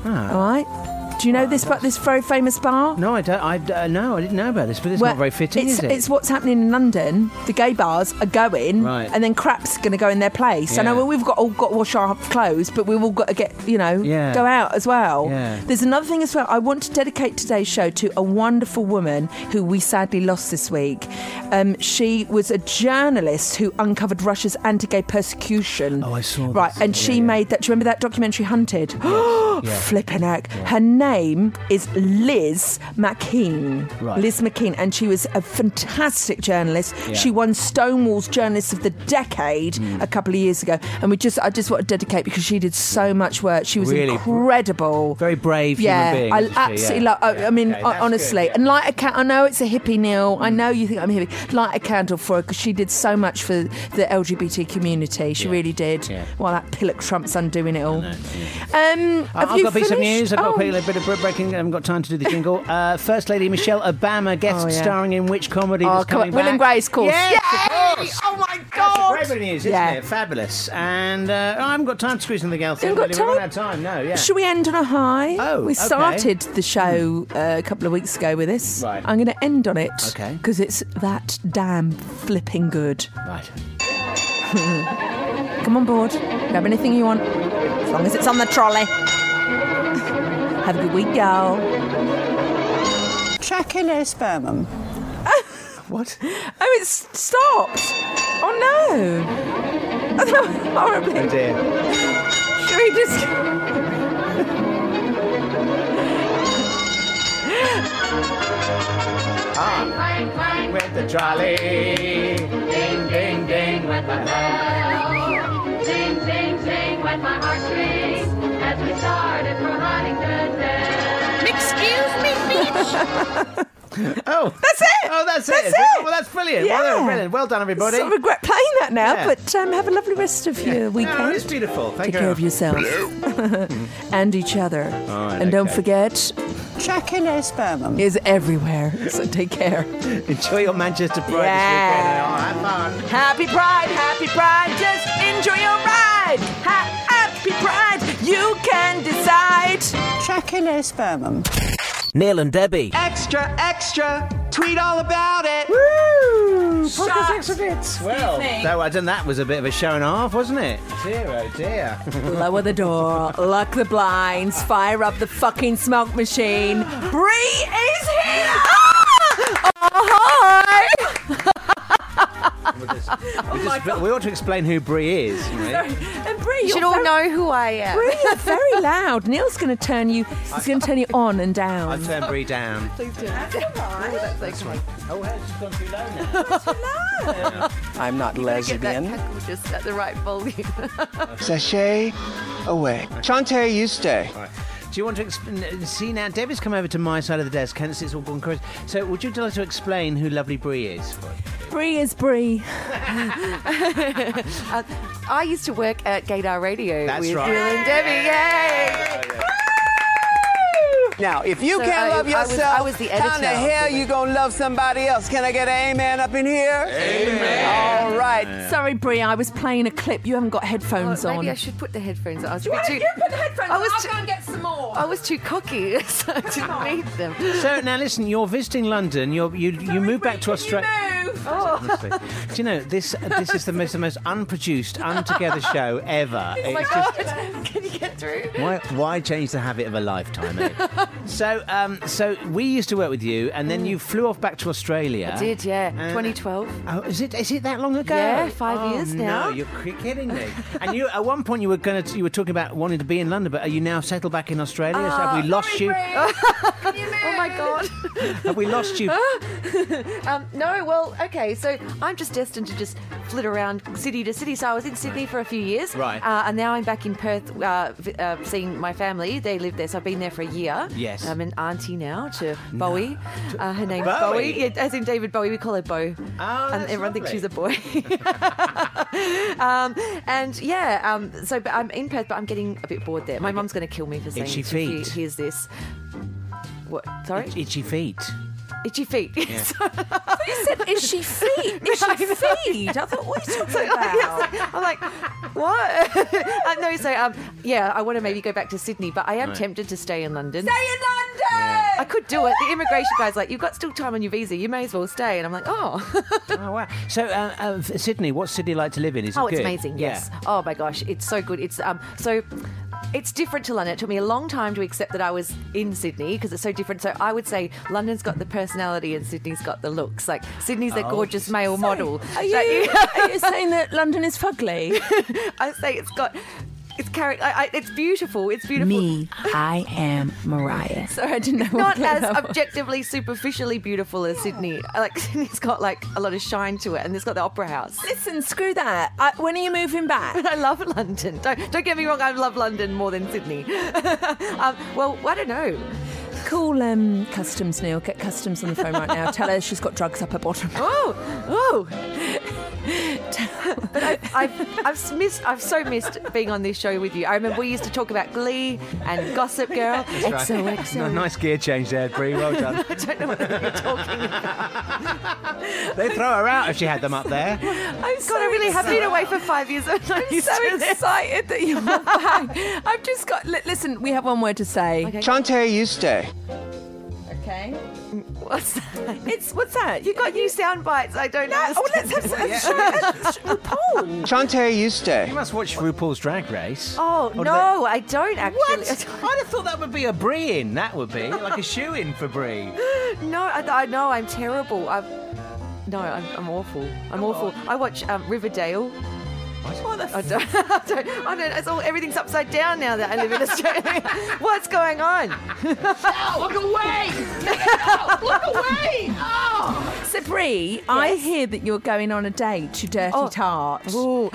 Speaker 4: Ah.
Speaker 2: All right. Do you know this? But this very famous bar.
Speaker 4: No, I don't. I uh, no, I didn't know about this, but it's
Speaker 2: Well,
Speaker 4: not very fitting,
Speaker 2: it's,
Speaker 4: is it?
Speaker 2: It's what's happening in London. The gay bars are going,
Speaker 4: Right.
Speaker 2: and then crap's going to go in their place. I know
Speaker 4: Yeah.
Speaker 2: well, we've got all got to wash our clothes, but we've all got to get you know
Speaker 4: Yeah.
Speaker 2: go out as well.
Speaker 4: Yeah.
Speaker 2: There's another thing as well. I want to dedicate today's show to a wonderful woman who we sadly lost this week. Um, she was a journalist who uncovered Russia's anti-gay persecution. Oh, I saw. Right, and she made that. Do you remember that documentary, Hunted? Oh,
Speaker 4: Yeah.
Speaker 2: Flippin' heck. Her name is Liz McKean.
Speaker 4: Right.
Speaker 2: Liz McKean, and she was a fantastic journalist.
Speaker 4: Yeah. Mm.
Speaker 2: She won Stonewall's Journalist of the Decade a couple of years ago, and we just I just want to dedicate because she did so much work. She was
Speaker 4: Really br-
Speaker 2: incredible,
Speaker 4: very brave
Speaker 2: Yeah,
Speaker 4: human being.
Speaker 2: I
Speaker 4: isn't she?
Speaker 2: absolutely
Speaker 4: Yeah.
Speaker 2: love. I, I mean,
Speaker 4: Okay,
Speaker 2: I-
Speaker 4: that's good,
Speaker 2: honestly, and light a candle. I know it's a hippie, Neil. I know you think I'm hippie. Light a candle for her because she did so much for the LGBT community. She really did. While that pillock Trump's undoing it all. Um,
Speaker 4: I-
Speaker 2: have
Speaker 4: I've
Speaker 2: you
Speaker 4: got a piece of
Speaker 2: finished?
Speaker 4: news. I've got
Speaker 2: Oh.
Speaker 4: a little bit of br- breaking. I haven't got time to do the jingle. Uh, First Lady Michelle Obama guest
Speaker 2: Oh, yeah.
Speaker 4: starring in which comedy?
Speaker 2: Oh,
Speaker 4: that's
Speaker 2: come on.
Speaker 4: coming
Speaker 2: Will and
Speaker 4: back?
Speaker 2: Grace, of course.
Speaker 4: Yes, of
Speaker 2: Yay!
Speaker 4: course.
Speaker 2: Oh my
Speaker 4: That's
Speaker 2: God.
Speaker 4: a great bit of news, isn't
Speaker 2: Yeah.
Speaker 4: it? Fabulous. And uh, I haven't got time to squeeze anything else.
Speaker 2: You
Speaker 4: in,
Speaker 2: haven't
Speaker 4: really.
Speaker 2: got
Speaker 4: We haven't had time. No. Yeah.
Speaker 2: Should we end on a high?
Speaker 4: Oh,
Speaker 2: we
Speaker 4: okay.
Speaker 2: started the show uh, a couple of weeks ago with this. Right. I'm going to end on it.
Speaker 4: Okay.
Speaker 2: Because it's that damn flipping good.
Speaker 4: Right.
Speaker 2: Come on board. Grab anything you want, as long as it's on the trolley. Have a good week, y'all.
Speaker 9: Tracheospermum.
Speaker 4: what?
Speaker 2: Oh, it's stopped. Oh no. Oh, that was horribly.
Speaker 4: Oh dear.
Speaker 2: Should we just?
Speaker 4: Ah. With the trolley. Ding, ding, ding. With the
Speaker 18: Zing, zing, zing with my heartstrings as we started for Huntington Dale. Excuse me,
Speaker 4: Oh, that's
Speaker 2: it.
Speaker 4: Oh, that's,
Speaker 2: That's
Speaker 4: it.
Speaker 2: it.
Speaker 4: Well, that's brilliant.
Speaker 2: Yeah.
Speaker 4: Well, brilliant. Well done, everybody.
Speaker 2: Sort of regret playing that now,
Speaker 4: Yeah.
Speaker 2: but um, have a lovely rest of your weekend.
Speaker 4: No, it's beautiful. Thank
Speaker 2: Take
Speaker 4: you.
Speaker 2: care of yourself and each other.
Speaker 4: All right,
Speaker 2: and don't
Speaker 4: okay.
Speaker 2: forget,
Speaker 9: Tracheospermum.
Speaker 2: is everywhere. So take care.
Speaker 4: Enjoy your Manchester Pride
Speaker 2: Yeah.
Speaker 4: this weekend. Oh, have fun.
Speaker 2: Happy Pride, happy Pride, just enjoy your ride. Ha- happy Pride, you can decide.
Speaker 9: Tracheospermum.
Speaker 5: Neil and Debbie.
Speaker 19: Extra, extra! Tweet all about it!
Speaker 2: Woo!
Speaker 20: Pockets exhibits.
Speaker 4: Well, that, I done, that was a bit of a show and a half, wasn't it? Dear, oh dear.
Speaker 2: Lower the door, lock the blinds, fire up the fucking smoke machine. Bree is here! Ah! Oh,
Speaker 4: we, just, we ought to explain who Brie is. you know.
Speaker 2: hi! And Bree,
Speaker 13: You should all know who I am.
Speaker 2: Bree, you're very loud. Neil's going to turn you. He's going to turn you on and down.
Speaker 4: I've turned Brie down.
Speaker 2: Please do.
Speaker 4: That's right. Oh, well, she's gone too low now.
Speaker 17: I'm not lesbian.
Speaker 13: just at the right volume.
Speaker 17: Sashay away. Chante, you stay.
Speaker 4: Right. Do you want to exp- see now? Debbie's come over to my side of the desk. Hence, it's all gone crazy. So, would you like to explain who Lovely Brie is?
Speaker 2: Bree is Bree.
Speaker 13: Uh, I used to work at Gaydar Radio
Speaker 4: That's
Speaker 13: with
Speaker 4: right.
Speaker 13: Bill and Debbie. Yay!
Speaker 21: Now, if you
Speaker 13: So
Speaker 21: can't
Speaker 13: I-
Speaker 21: love
Speaker 13: I was-
Speaker 21: yourself,
Speaker 13: I was the
Speaker 21: how in the
Speaker 13: editor.
Speaker 21: hell you gonna love somebody else? Can I get an amen up in here? Amen. All right.
Speaker 2: Sorry, Bree. I was playing a clip. You haven't got headphones
Speaker 13: Maybe
Speaker 2: on.
Speaker 13: I should put the headphones on. I was a
Speaker 2: You
Speaker 13: bit
Speaker 2: want-
Speaker 13: too,
Speaker 2: you put the headphones
Speaker 13: I
Speaker 2: on,
Speaker 13: was
Speaker 2: I'll
Speaker 13: too-
Speaker 2: go and get some more.
Speaker 13: I was too cocky, so I didn't need them.
Speaker 4: so now listen, you're visiting London. You're, you you moved back to Australia.
Speaker 13: Oh,
Speaker 4: Honestly. Do you know this? This is the most the most unproduced, untogether show ever.
Speaker 13: Oh my
Speaker 4: It's
Speaker 13: god!
Speaker 4: just-
Speaker 13: Can you get through?
Speaker 4: why, why change the habit of a lifetime? Eh? so um, so we used to work with you, and then you flew off back to Australia.
Speaker 13: Mm. I did, yeah.
Speaker 2: Uh.
Speaker 4: And-
Speaker 13: 2012.
Speaker 4: Oh, is it is it that long ago? Oh,
Speaker 13: Yeah, five years
Speaker 4: No,
Speaker 13: now.
Speaker 4: you're ki- kidding me. and you at one point you were going to you were talking about wanting to be in London, but are you now settled back in Australia? so have
Speaker 13: Ah,
Speaker 4: we lost you?
Speaker 13: oh my god.
Speaker 4: Have we lost you? Oh,
Speaker 13: um, no, well, okay, so I'm just destined to just flit around city to city. So I was in Sydney for a few years.
Speaker 4: Right.
Speaker 13: Uh, and now I'm back in Perth uh, vi- uh, seeing my family. They live there, so I've been there for a year.
Speaker 4: Yes.
Speaker 13: I'm an auntie now to Bowie. Uh, her name's
Speaker 4: Bowie?
Speaker 13: Bowie. Yeah, as in David Bowie, we call her Bo. Oh, and
Speaker 4: that's
Speaker 13: everyone thinks
Speaker 4: lovely.
Speaker 13: she's a boy. um, and yeah, um, so but I'm in Perth, but I'm getting a bit bored there. My mum's going to kill me for saying
Speaker 4: Itchy
Speaker 13: this if
Speaker 4: feet.
Speaker 13: She hears this. What? Sorry?
Speaker 4: Itchy feet.
Speaker 13: Itchy feet.
Speaker 4: Yeah.
Speaker 2: You said, is she feed? Is she feed? I thought, what are you talking about?
Speaker 13: I'm like, what? uh, no, so um, yeah, I want to maybe go back to Sydney, but I am
Speaker 4: Right.
Speaker 13: tempted to stay in London.
Speaker 2: Stay in London!
Speaker 13: I could do it. The immigration guy's like, you've got still time on your visa. You may as well stay. And I'm like, oh,
Speaker 4: Oh wow. So uh, uh, Sydney, what's Sydney like to live in? Is it
Speaker 13: oh, it's
Speaker 4: good?
Speaker 13: amazing.
Speaker 4: Yeah.
Speaker 13: Yes. Oh my gosh, it's so good. It's um, so it's different to London. It took me a long time to accept that I was in Sydney because it's so different. So I would say London's got the personality and Sydney's got the looks. Like Sydney's a
Speaker 2: Oh.
Speaker 13: gorgeous male model.
Speaker 2: Are
Speaker 13: Like,
Speaker 2: you, are you saying that London is fugly?
Speaker 13: I say it's got. It's charac- I, I, It's beautiful. It's beautiful.
Speaker 2: Me, I am Mariah. Sorry, I didn't know.
Speaker 13: Not
Speaker 2: what
Speaker 13: as
Speaker 2: that was.
Speaker 13: objectively superficially beautiful as Sydney. Like Sydney's got like a lot of shine to it, and it's got the opera house.
Speaker 2: Listen, screw that. I, when are you moving back?
Speaker 13: I love London. Don't don't get me wrong. I love London more than Sydney. um, well, I don't know.
Speaker 2: Call um, customs, Neil. Get customs on the phone right now. Tell her she's got drugs up her bottom.
Speaker 13: Oh, oh. but I, I've, I've s- missed. I've so missed being on this show with you. I remember we used to talk about Glee and Gossip Girl.
Speaker 4: That's right.
Speaker 13: XOXO.
Speaker 4: N- nice gear change there, Brie. Well done.
Speaker 13: I don't know what you're talking
Speaker 4: They'd throw her out if she had them up there.
Speaker 13: I'm God, I really have been away for five years. I'm, not
Speaker 2: I'm
Speaker 13: used
Speaker 2: so
Speaker 13: to this.
Speaker 2: excited that you're back. I've just got. Li- listen, we have one word to say.
Speaker 17: Chante, you stay.
Speaker 2: Okay.
Speaker 13: What's that?
Speaker 2: It's what's that?
Speaker 13: You got new sound bites. I don't know.
Speaker 2: Oh, let's have some. let's try- let's try- RuPaul.
Speaker 17: Chante, you stay.
Speaker 4: You must watch RuPaul's Drag Race.
Speaker 13: Oh
Speaker 4: Or do
Speaker 13: no, I don't actually.
Speaker 4: What? I'd have thought that would be a Brie in. That would be like a shoe in for Brie.
Speaker 13: No, I, I know I'm terrible. I'm no, I'm, I'm awful. I'm awful. I watch um, Riverdale. I don't, I don't, I don't, it's all, everything's upside down now that I live in Australia. What's going on?
Speaker 22: Look away! No, look away! Oh!
Speaker 2: So Brie, I hear that you're going on a date to Dirty
Speaker 13: Oh.
Speaker 2: Tart.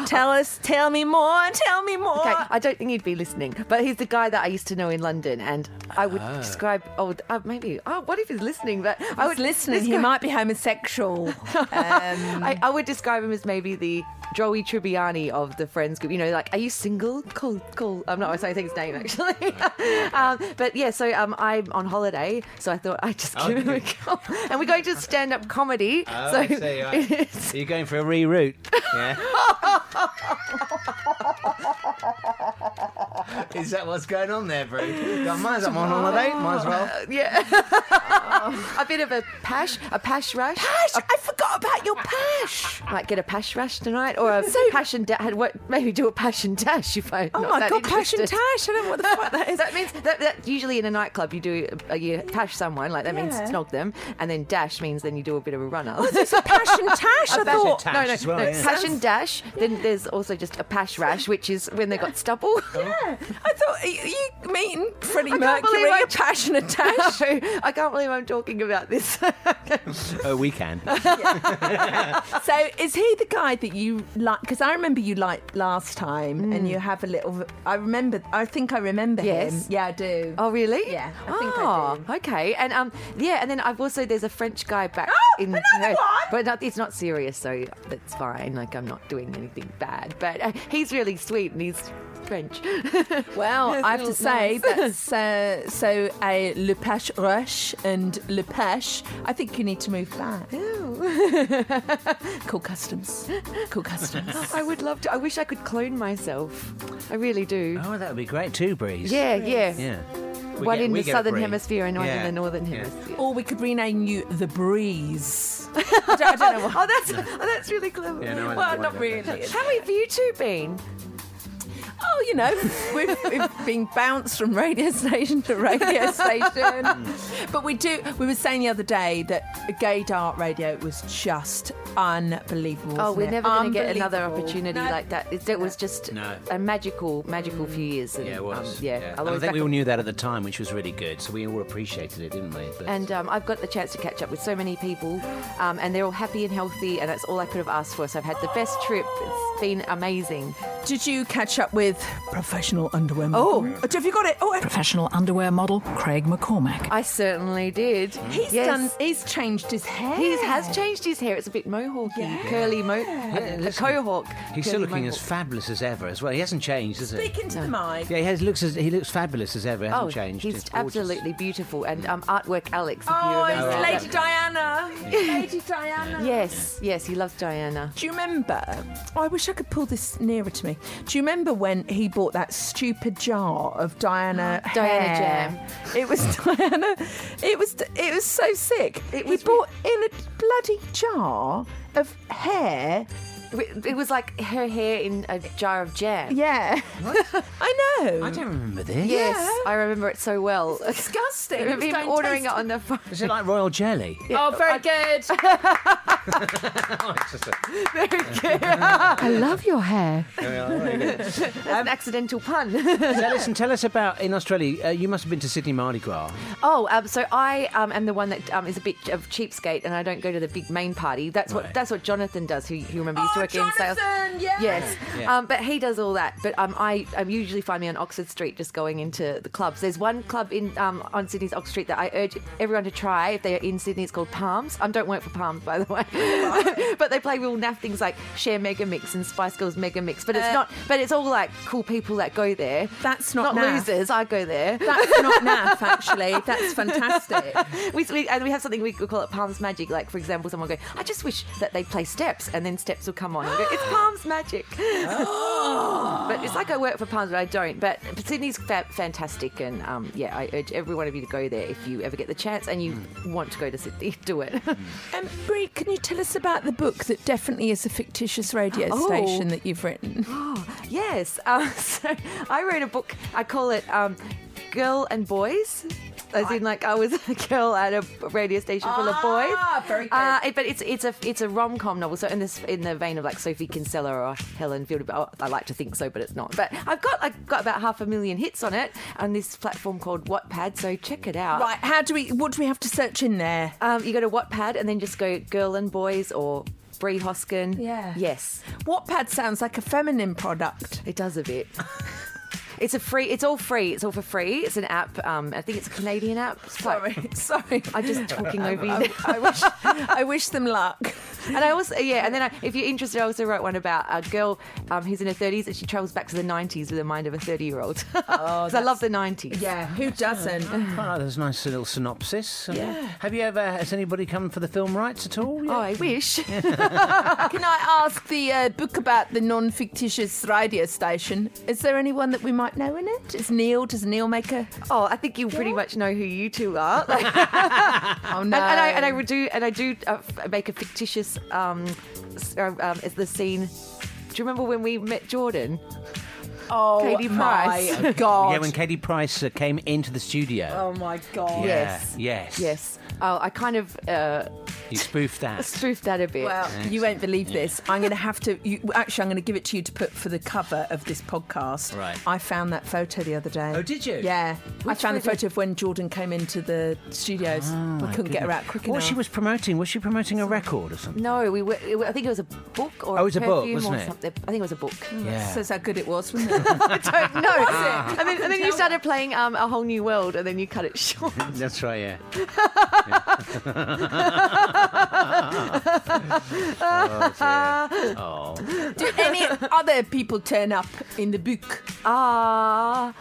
Speaker 2: Tell us, tell me more, tell me more.
Speaker 13: Okay, I don't think he'd be listening, but he's the guy that I used to know in London, and I would
Speaker 4: Ah.
Speaker 13: describe. Oh, uh, maybe. Oh, what if he's listening? But I
Speaker 2: I
Speaker 13: would
Speaker 2: was listening.
Speaker 13: this
Speaker 2: He
Speaker 13: guy-
Speaker 2: might be homosexual. Um,
Speaker 13: I, I would describe him as maybe the Joey Tribbiani of the Friends group. You know, like, are you single? Call, call. I'm not saying his name actually. um, but yeah, so um, I'm on holiday, so I thought I'd just
Speaker 4: Oh,
Speaker 13: give him a
Speaker 4: okay.
Speaker 13: call. And we're going to stand up comedy.
Speaker 4: Oh,
Speaker 13: so
Speaker 4: I see, right.
Speaker 13: it's-
Speaker 4: You're going for a reroute. Yeah. Is that what's going on there, Brie? God, mine's I'm on holiday. Might as well.
Speaker 13: Yeah. a bit of a pash, a pash rash. Pash! I forgot about your pash. Might get a pash rash tonight, or a passion dash. Maybe do a passion dash if I.
Speaker 14: Oh my god, Pash and Tash! I don't know what the fuck that is.
Speaker 13: that means that, that usually in a nightclub you do uh, you pash someone like that means
Speaker 14: Yeah.
Speaker 13: snog them, and then dash means then you do a bit of a runner.
Speaker 14: Oh, there's a Pash and Tash. I
Speaker 13: A passion
Speaker 14: thought.
Speaker 13: tash no, no, no. Passion dash. Then there's also just a pash rash, which is when they got stubble.
Speaker 14: Yeah, I thought you, you meeting Freddie
Speaker 13: I can't believe
Speaker 14: Mercury,
Speaker 13: I-
Speaker 14: a Pash and a Tash.
Speaker 13: No, I can't believe I'm talking about this.
Speaker 4: Oh, we can.
Speaker 2: so is he the guy that you like? Because I remember you liked last time, and you have a little. I remember. I think I remember him.
Speaker 13: Mm. Yes.
Speaker 2: Yeah, I do.
Speaker 13: Oh, really?
Speaker 2: Yeah, I
Speaker 13: oh,
Speaker 2: think I do.
Speaker 13: okay. And um, yeah, and then I've also there's a French guy back
Speaker 2: Oh,
Speaker 13: in her, but not, it's not serious, so that's fine. Like I'm not doing anything bad, but uh, he's really sweet and he's French.
Speaker 2: Well, I have to say
Speaker 13: Nice.
Speaker 2: that's uh, so a Le Peche Rush and Le Peche. I think you need to move back. cool customs. Cool customs.
Speaker 13: I would love to. I wish I could clone myself. I really do.
Speaker 4: Oh, that would be great too, Bree.
Speaker 13: Yeah, yeah.
Speaker 4: Yeah. We
Speaker 13: one
Speaker 4: get-
Speaker 13: in
Speaker 4: we
Speaker 13: the
Speaker 4: get a
Speaker 13: southern
Speaker 4: Bree.
Speaker 13: hemisphere and one
Speaker 4: Yeah.
Speaker 13: in the northern
Speaker 4: Yeah.
Speaker 13: hemisphere.
Speaker 2: Or we could rename you The Breeze.
Speaker 13: I don't know. oh, that's oh, that's really clever.
Speaker 2: Yeah, no, I Well, don't not really.
Speaker 13: How have you two been?
Speaker 2: Oh, you know, we've, we've been bounced from radio station to radio station.
Speaker 13: Hmm.
Speaker 2: but we do, we were saying the other day that gay dart radio was just unbelievable.
Speaker 13: Oh,
Speaker 2: wasn't
Speaker 13: we're
Speaker 2: it?
Speaker 13: never going to get another
Speaker 2: Unbelievable.
Speaker 13: opportunity
Speaker 2: No.
Speaker 13: like that. It, it was just
Speaker 4: No.
Speaker 13: a magical, magical few years. And,
Speaker 4: Yeah, it was.
Speaker 13: um, yeah, I'll
Speaker 4: And I
Speaker 13: always
Speaker 4: think
Speaker 13: back
Speaker 4: we all
Speaker 13: up-
Speaker 4: knew that at the time, which was really good. So we all appreciated it, didn't we? But-
Speaker 13: And um, I've got the chance to catch up with so many people, um, and they're all happy and healthy, and that's all I could have asked for. So I've had the best trip. It's been amazing.
Speaker 2: Did you catch up with professional underwear
Speaker 13: Oh,
Speaker 2: model? have you got it? Oh, professional underwear model Craig McCormack.
Speaker 13: I certainly did.
Speaker 2: He's
Speaker 13: Yes.
Speaker 2: done. He's changed his hair.
Speaker 13: He has changed his hair. It's a bit mohawky, curly mo, a cohawk.
Speaker 4: He's
Speaker 13: curly
Speaker 4: still looking as
Speaker 13: mohawk.
Speaker 4: fabulous as ever, as well. He hasn't changed, has he?
Speaker 2: Speaking to the mic.
Speaker 4: Yeah, he has, looks as, he looks fabulous as ever. Hasn't
Speaker 13: oh,
Speaker 4: changed.
Speaker 13: he's
Speaker 4: It's gorgeous. Mm.
Speaker 13: absolutely beautiful, and um, artwork Alex. If
Speaker 2: Oh,
Speaker 13: you
Speaker 2: it's
Speaker 13: remember
Speaker 2: Lady
Speaker 13: that.
Speaker 2: Diana. Lady Diana.
Speaker 13: Yes, yes, he loves Diana.
Speaker 2: Do you remember? Oh, I wish I could pull this nearer to me. Do you remember when he bought that stupid jar of Diana
Speaker 13: Diana
Speaker 2: hair? It was Diana. It was it was so sick. he bought in a bloody jar of hair.
Speaker 13: It was like her hair in a jar of jam.
Speaker 2: Yeah. I know.
Speaker 4: I don't remember this.
Speaker 13: Yes, I remember it so well.
Speaker 2: disgusting.
Speaker 13: I remember
Speaker 2: It was
Speaker 13: him ordering it
Speaker 2: fantastic.
Speaker 13: on the phone.
Speaker 4: Is it like royal jelly?
Speaker 2: Oh, very good.
Speaker 13: Very good. I love your hair.
Speaker 4: That's
Speaker 13: an accidental pun.
Speaker 4: so listen, tell us about in Australia. Uh, you must have been to Sydney Mardi Gras.
Speaker 13: Oh, um, so I um, am the one that um, is a bit of cheapskate, and I don't go to the big main party. That's what that's what Jonathan does. Who you remember used to work in sales. Yes,
Speaker 18: Yeah.
Speaker 13: Um, but he does all that. But um, I um, usually find me on Oxford Street, just going into the clubs. There's one club in um, on Sydney's Oxford Street that I urge everyone to try if they are in Sydney. It's called Palms. I um, don't work for Palms, by the way, but they play real naff things like Share Mega Mix and Spice Girls Mega Mix. But it's
Speaker 2: Uh,
Speaker 13: not. But it's all like cool people that go there.
Speaker 2: That's not naff.
Speaker 13: losers. I go there.
Speaker 2: That's not naff, actually. That's fantastic.
Speaker 13: we, we, and we have something we call it palms magic. Like, for example, someone will go, I just wish that they play steps, and then steps will come on. And we go, it's palms magic. but it's like I work for palms, but I don't. But Sydney's fa- fantastic, and um, yeah, I urge every one of you to go there if you ever get the chance and you want to go to Sydney, do it.
Speaker 2: Um, Brie, can you tell us about the book that definitely is a fictitious radio
Speaker 13: Oh.
Speaker 2: station that you've written?
Speaker 13: yes. Um, so I wrote a book. I call it um, Girl and Boys. As in, like I was a girl at a radio station full of boys.
Speaker 2: Ah, very good.
Speaker 13: Uh, it- but it's it's a it's a rom com novel. So in this in the vein of like Sophie Kinsella or Helen Field. oh, I like to think so, but it's not. But I've got I've got about half a million hits on it on this platform called Wattpad. So check it out.
Speaker 2: Right, how do we, what do we have to search in there?
Speaker 13: Um, you go to Wattpad and then just go Girl and Boys or Brie Hoskin.
Speaker 2: Yeah.
Speaker 13: Yes.
Speaker 2: Wattpad sounds like a feminine product.
Speaker 13: It does a bit. It's a free. It's all free. It's all for free. It's an app. Um, I think it's a Canadian app. Sorry,
Speaker 2: sorry.
Speaker 13: I'm just talking over you.
Speaker 2: I, I wish, I wish them luck.
Speaker 13: And I also, yeah, and then I, if you're interested, I also wrote one about a girl um, who's in her 30s and she travels back to the 90s with the mind of a 30 year old. Because I love the 90s.
Speaker 2: Yeah, who doesn't?
Speaker 4: Oh, there's a nice little synopsis. Um,
Speaker 13: Yeah.
Speaker 4: Have you ever, has anybody come for the film rights at all?
Speaker 13: Oh, I wish.
Speaker 23: Can I ask the uh, book about the non fictitious radio station? Is there anyone that we might know in it? Is Neil, does Neil make a.
Speaker 13: Oh, I think you pretty much know who you two are.
Speaker 23: oh,
Speaker 13: And,
Speaker 23: no.
Speaker 13: and I and I do and I do uh, f- make a fictitious um, s- uh, um is the scene. Do you remember when we met Jordan?
Speaker 2: Oh,
Speaker 13: Katie Price.
Speaker 2: my God.
Speaker 4: Yeah, when Katie Price uh, came into the studio.
Speaker 2: Oh my God.
Speaker 4: Yeah,
Speaker 13: Yes.
Speaker 4: Yes.
Speaker 13: Yes. Oh, I kind of uh,
Speaker 4: You spoofed that.
Speaker 13: spoofed that a bit.
Speaker 2: Well,
Speaker 4: Excellent.
Speaker 2: you won't believe
Speaker 4: Yeah.
Speaker 2: this. I'm going to have to. You, actually, I'm going to give it to you to put for the cover of this podcast.
Speaker 4: Right.
Speaker 2: I found that photo the other day.
Speaker 4: Oh, did you?
Speaker 2: Yeah. I
Speaker 4: Which
Speaker 2: found the
Speaker 4: photo?
Speaker 2: photo of when Jordan came into the studios. we
Speaker 4: My
Speaker 2: couldn't get her
Speaker 4: goodness.
Speaker 2: out quick
Speaker 4: What
Speaker 2: enough.
Speaker 4: she was promoting? Was she promoting a record or something?
Speaker 13: No, we were. It, I think it was a book or
Speaker 4: Oh, it was a book,
Speaker 13: perfume
Speaker 4: wasn't
Speaker 13: or
Speaker 4: it?
Speaker 13: something. Mm, I think it was a book.
Speaker 4: Yeah.
Speaker 2: Says how good it was, wasn't it?
Speaker 13: No, and then, and then you started playing um, a whole new world, and then you cut it short.
Speaker 4: That's right, yeah.
Speaker 2: Oh. Do any other people turn up in the book?
Speaker 13: Ah.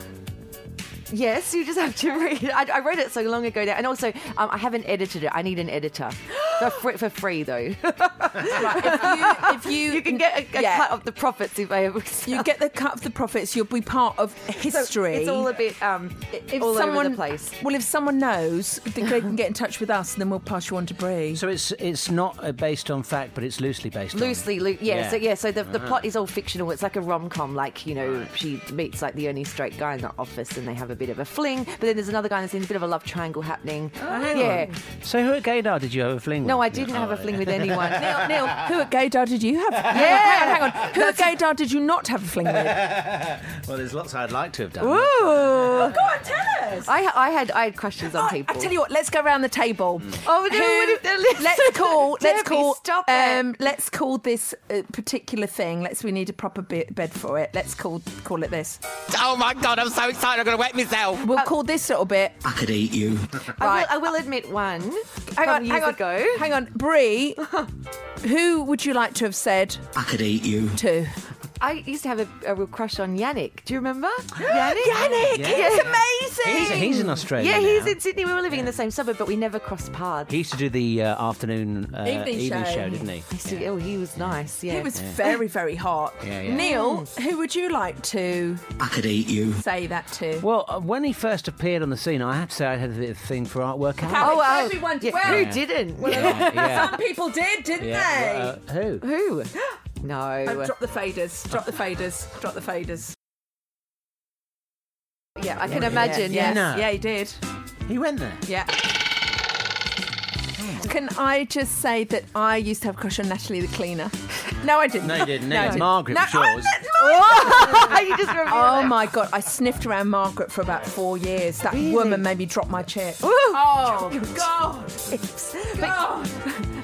Speaker 13: Yes, you just have to read. it. I, I wrote it so long ago now, and also um, I haven't edited it. I need an editor for free, for free though.
Speaker 2: if you, if you,
Speaker 13: you can get a, a
Speaker 2: yeah.
Speaker 13: cut of the profits if I ever.
Speaker 2: you get the cut of the profits, you'll be part of
Speaker 13: So
Speaker 2: history.
Speaker 13: it's all a bit um,
Speaker 2: if
Speaker 13: all
Speaker 2: someone,
Speaker 13: over the place.
Speaker 2: Well, if someone knows, they they can get in touch with us, and then we'll pass you on to Bree.
Speaker 4: So it's it's not uh, based on fact, but it's loosely based on.
Speaker 13: Loosely, loo- yeah,
Speaker 4: Yeah.
Speaker 13: So yeah, so the, the
Speaker 4: Ah.
Speaker 13: plot is all fictional. It's like a rom com. Like you know, she meets like the only straight guy in the office, and they have a bit of a fling. But then there's another guy, and there's a bit of a love triangle happening.
Speaker 4: hang
Speaker 13: yeah.
Speaker 4: on. So who at Gaydar did you have a fling with?
Speaker 13: No, I didn't
Speaker 4: Oh,
Speaker 13: have a fling with anyone. Neil, Neil,
Speaker 2: Who at Gaydar did you have? yeah, hang on. Who at Gaydar did you not have a fling with?
Speaker 4: well, there's lots I'd like to have done.
Speaker 2: Oh, go on, tell us.
Speaker 13: I, I had I had crushes on people.
Speaker 2: I tell you what, let's go around the table.
Speaker 13: Oh, no,
Speaker 2: Who-
Speaker 13: what if they're listening?
Speaker 2: let's call. Let's
Speaker 13: Debbie,
Speaker 2: call.
Speaker 13: stop
Speaker 2: um, Let's call this uh, particular thing. Let's. We need a proper be- bed for it. Let's call call it this.
Speaker 17: Oh my god, I'm so excited, I'm gonna wet myself.
Speaker 2: We'll call this little bit.
Speaker 24: I could eat you.
Speaker 13: I, will, I will admit one.
Speaker 2: Hang on,
Speaker 13: from years
Speaker 2: hang on,
Speaker 13: ago.
Speaker 2: hang on, Brie. who would you like to have said
Speaker 24: I could eat you.
Speaker 2: to?
Speaker 13: I used to have a, a real crush on Yannick. Do you remember? Yannick?
Speaker 2: Yannick,
Speaker 4: Yeah.
Speaker 2: he's amazing.
Speaker 4: He's, he's in Australia.
Speaker 13: Yeah, he's
Speaker 4: now.
Speaker 13: in Sydney. We were living in the same suburb, but we never crossed paths.
Speaker 4: He used to do the uh, afternoon uh,
Speaker 2: Evening show.
Speaker 4: didn't he?
Speaker 13: I used to- Oh, he was nice. Yeah.
Speaker 2: He was very, very hot.
Speaker 4: Yeah, yeah.
Speaker 2: Neil, who would you like to
Speaker 24: I could eat you.
Speaker 2: say that to?
Speaker 4: Well, uh, when he first appeared on the scene, I have to say I had a bit of a thing for artwork.
Speaker 2: How
Speaker 13: Oh, wow.
Speaker 2: everyone
Speaker 13: Yeah.
Speaker 2: well.
Speaker 13: Who didn't?
Speaker 4: Yeah, yeah.
Speaker 2: Some people did, didn't they?
Speaker 4: Yeah, uh, who?
Speaker 13: Who? No.
Speaker 2: Oh, drop the faders. Drop the faders. Drop the faders.
Speaker 13: yeah, I can imagine.
Speaker 2: Yeah,
Speaker 13: Yeah.
Speaker 4: No.
Speaker 2: yeah, he did.
Speaker 4: He went there.
Speaker 2: Yeah. Can I just say that I used to have a crush on Natalie the cleaner? No, I didn't.
Speaker 4: No, he didn't.
Speaker 2: I
Speaker 4: No, Margaret
Speaker 2: No,
Speaker 4: was
Speaker 2: I-
Speaker 4: yours.
Speaker 2: that's mine.
Speaker 13: you just revealed
Speaker 2: Oh
Speaker 13: it.
Speaker 2: my god! I sniffed around Margaret for about four years. That woman made me drop my chair.
Speaker 13: Oh,
Speaker 2: God! God.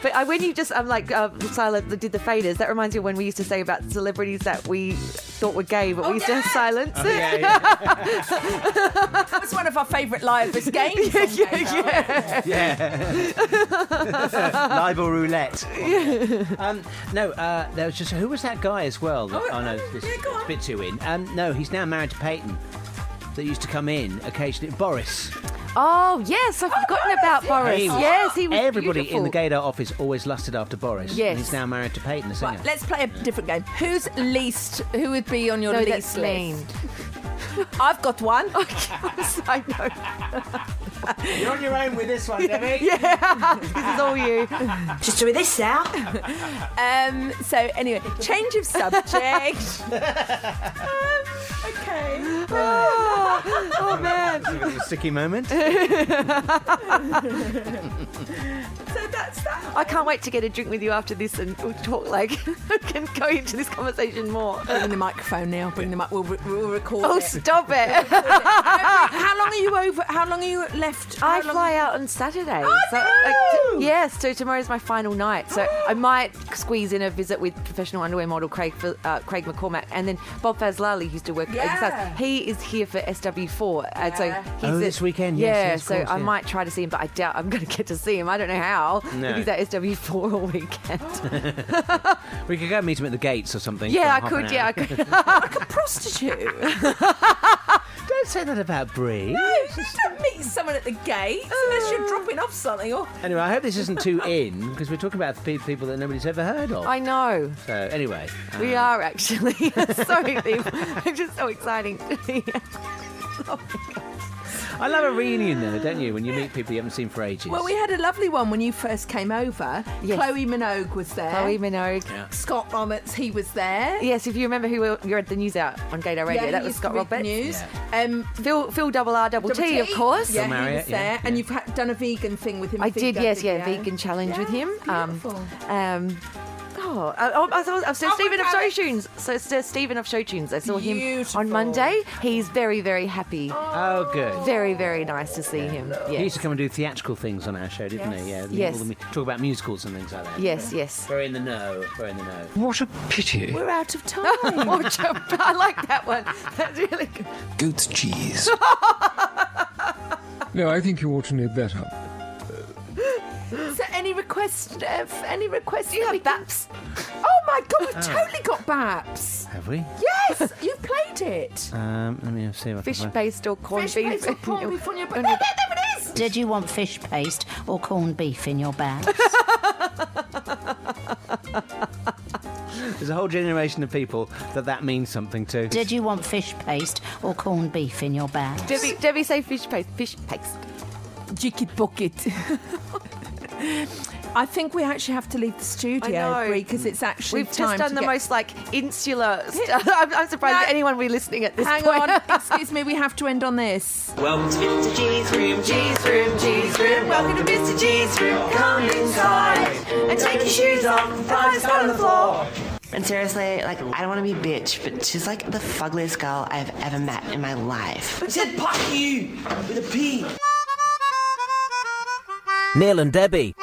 Speaker 13: But I, when you just, I'm like, uh, Silent did the faders. That reminds me of when we used to say about celebrities that we thought were gay, but we used to have silence.
Speaker 2: That was one of our favourite liveest games. on Gaydar.
Speaker 4: Libel roulette. um, no, uh, there was just who was that guy as well? That, oh, no, this, it's a bit too in. Um, no, he's now married to Peyton. That used to come in occasionally. Boris.
Speaker 13: Oh yes, I've forgotten about Boris.
Speaker 4: He was-
Speaker 13: yes, he was
Speaker 4: Everybody in the Gaydar
Speaker 13: beautiful.
Speaker 4: office always lusted after Boris. and
Speaker 13: Yes.
Speaker 4: he's now married to Peyton, the singer.
Speaker 2: Right, let's play a different game. Who's least? Who would be on your
Speaker 13: No,
Speaker 2: least
Speaker 13: that's
Speaker 2: list?
Speaker 13: lame.
Speaker 2: I've got one.
Speaker 13: I know.
Speaker 4: You're on your own with this one, Debbie.
Speaker 13: Yeah, this is all you.
Speaker 2: Just do this out. um, so anyway, change of subject. Um, okay.
Speaker 13: Oh, oh, man.
Speaker 4: Sticky moment.
Speaker 2: So that's that.
Speaker 13: I can't wait to get a drink with you after this and we'll talk like can go into this conversation more.
Speaker 2: Bring the microphone now. Bring the mic. We'll, re- we'll record
Speaker 13: Oh,
Speaker 2: it.
Speaker 13: stop it.
Speaker 2: How long are you over? How long are you left? How
Speaker 13: I
Speaker 2: long-
Speaker 13: fly out on Saturday. so,
Speaker 2: no!
Speaker 13: t- yes, so tomorrow's my final night. So I might squeeze in a visit with professional underwear model Craig Phil- uh, Craig McCormack, and then Bob Fazlali, who used to work. at
Speaker 2: Yeah.
Speaker 13: Exercise. He is here for at SW4, and uh, so
Speaker 4: Yeah.
Speaker 13: he's
Speaker 4: Oh,
Speaker 13: at-
Speaker 4: this weekend, yes,
Speaker 13: Yeah,
Speaker 4: yes, of
Speaker 13: so
Speaker 4: course,
Speaker 13: I
Speaker 4: yeah.
Speaker 13: might try to see him, but I doubt I'm going to get to see him. I don't know how.
Speaker 4: No.
Speaker 13: If he's at SW4 all weekend.
Speaker 4: we could go meet him at the gates or something.
Speaker 13: yeah,
Speaker 4: for
Speaker 13: I
Speaker 4: half an
Speaker 13: could. Yeah,
Speaker 4: hour.
Speaker 13: I could. like a prostitute.
Speaker 4: Don't say that about Brie.
Speaker 14: No, you don't meet someone at the gate unless you're dropping off something or
Speaker 4: Anyway, I hope this isn't too in because we're talking about pe- people that nobody's ever heard of.
Speaker 13: I know.
Speaker 4: So anyway,
Speaker 13: We
Speaker 4: um,
Speaker 13: are actually. Sorry, people. It's just so exciting.
Speaker 4: I love a reunion though, don't you? When you meet people you haven't seen for ages.
Speaker 2: Well, we had a lovely one when you first came over. Chloe Minogue was there.
Speaker 13: Chloe Minogue.
Speaker 4: Yeah.
Speaker 2: Scott Roberts, he was there.
Speaker 13: Yes, if you remember who we- you read the news out on Gaydar Radio,
Speaker 2: Yeah,
Speaker 13: that
Speaker 2: he
Speaker 13: was
Speaker 2: used to
Speaker 13: Scott
Speaker 2: read the
Speaker 13: Roberts.
Speaker 2: news.
Speaker 13: Um, Phil, Phil Double R Double T, of course.
Speaker 2: Yeah, he was there. And you've had, done a vegan thing with him.
Speaker 13: I
Speaker 2: a
Speaker 13: did,
Speaker 2: vegan
Speaker 13: yes, yeah,
Speaker 2: video.
Speaker 13: vegan challenge with him. Um,
Speaker 2: beautiful.
Speaker 13: um, oh, oh, I saw, I saw
Speaker 2: Oh,
Speaker 13: Stephen
Speaker 2: my
Speaker 13: of Show
Speaker 2: God.
Speaker 13: Tunes. So it's, uh, Stephen of Show Tunes. I saw him
Speaker 2: Beautiful.
Speaker 13: on Monday. He's very, very happy.
Speaker 4: Oh, good.
Speaker 13: Very, very nice to see him.
Speaker 4: He
Speaker 13: Yes.
Speaker 4: used to come and do theatrical things on our show, didn't he? Yeah.
Speaker 13: Yes.
Speaker 4: the-
Speaker 13: Yes.
Speaker 4: all the mu- talk about musicals and things like that.
Speaker 13: Yes, yes.
Speaker 4: Very in the know. Very in the know. What a pity.
Speaker 2: We're out of time.
Speaker 13: Watch out. I like that one. That's really good.
Speaker 25: Goat's cheese. no, I think you ought to know better.
Speaker 2: So, any requests? Uh, f- any requests? Do you have BAPS? Oh my god, we've
Speaker 4: Oh.
Speaker 2: totally got BAPS.
Speaker 4: Have we?
Speaker 2: Yes, you've played it.
Speaker 4: Um, let me see. If I can
Speaker 13: Fish
Speaker 4: find-
Speaker 13: based or corned
Speaker 2: Fish
Speaker 13: beef?
Speaker 2: paste or corned beef on your back. There, there, there it is.
Speaker 26: Did you want fish paste or corned beef in your bag?
Speaker 4: There's a whole generation of people that that means something to.
Speaker 26: Did you want fish paste or corned beef in your bag?
Speaker 13: Debbie, Debbie, say fish paste. Fish paste.
Speaker 2: Jicky pocket. I think we actually have to leave the studio, because it's actually
Speaker 13: We've
Speaker 2: time
Speaker 13: just done
Speaker 2: to
Speaker 13: the
Speaker 2: get-
Speaker 13: most like insular stuff. I'm, I'm surprised that anyone will be listening at this
Speaker 2: Hang
Speaker 13: point.
Speaker 2: on, excuse me, we have to end on this.
Speaker 18: Welcome to Mr. G's room, G's room, G's room. Welcome to Mr. G's room. Come inside and take your shoes off. Five spot on the floor.
Speaker 27: And seriously, like, I don't want to be bitch, but she's like the fuggliest girl I've ever met in my life.
Speaker 18: I said, "Fuck you," with a P.
Speaker 5: Neil and Debbie.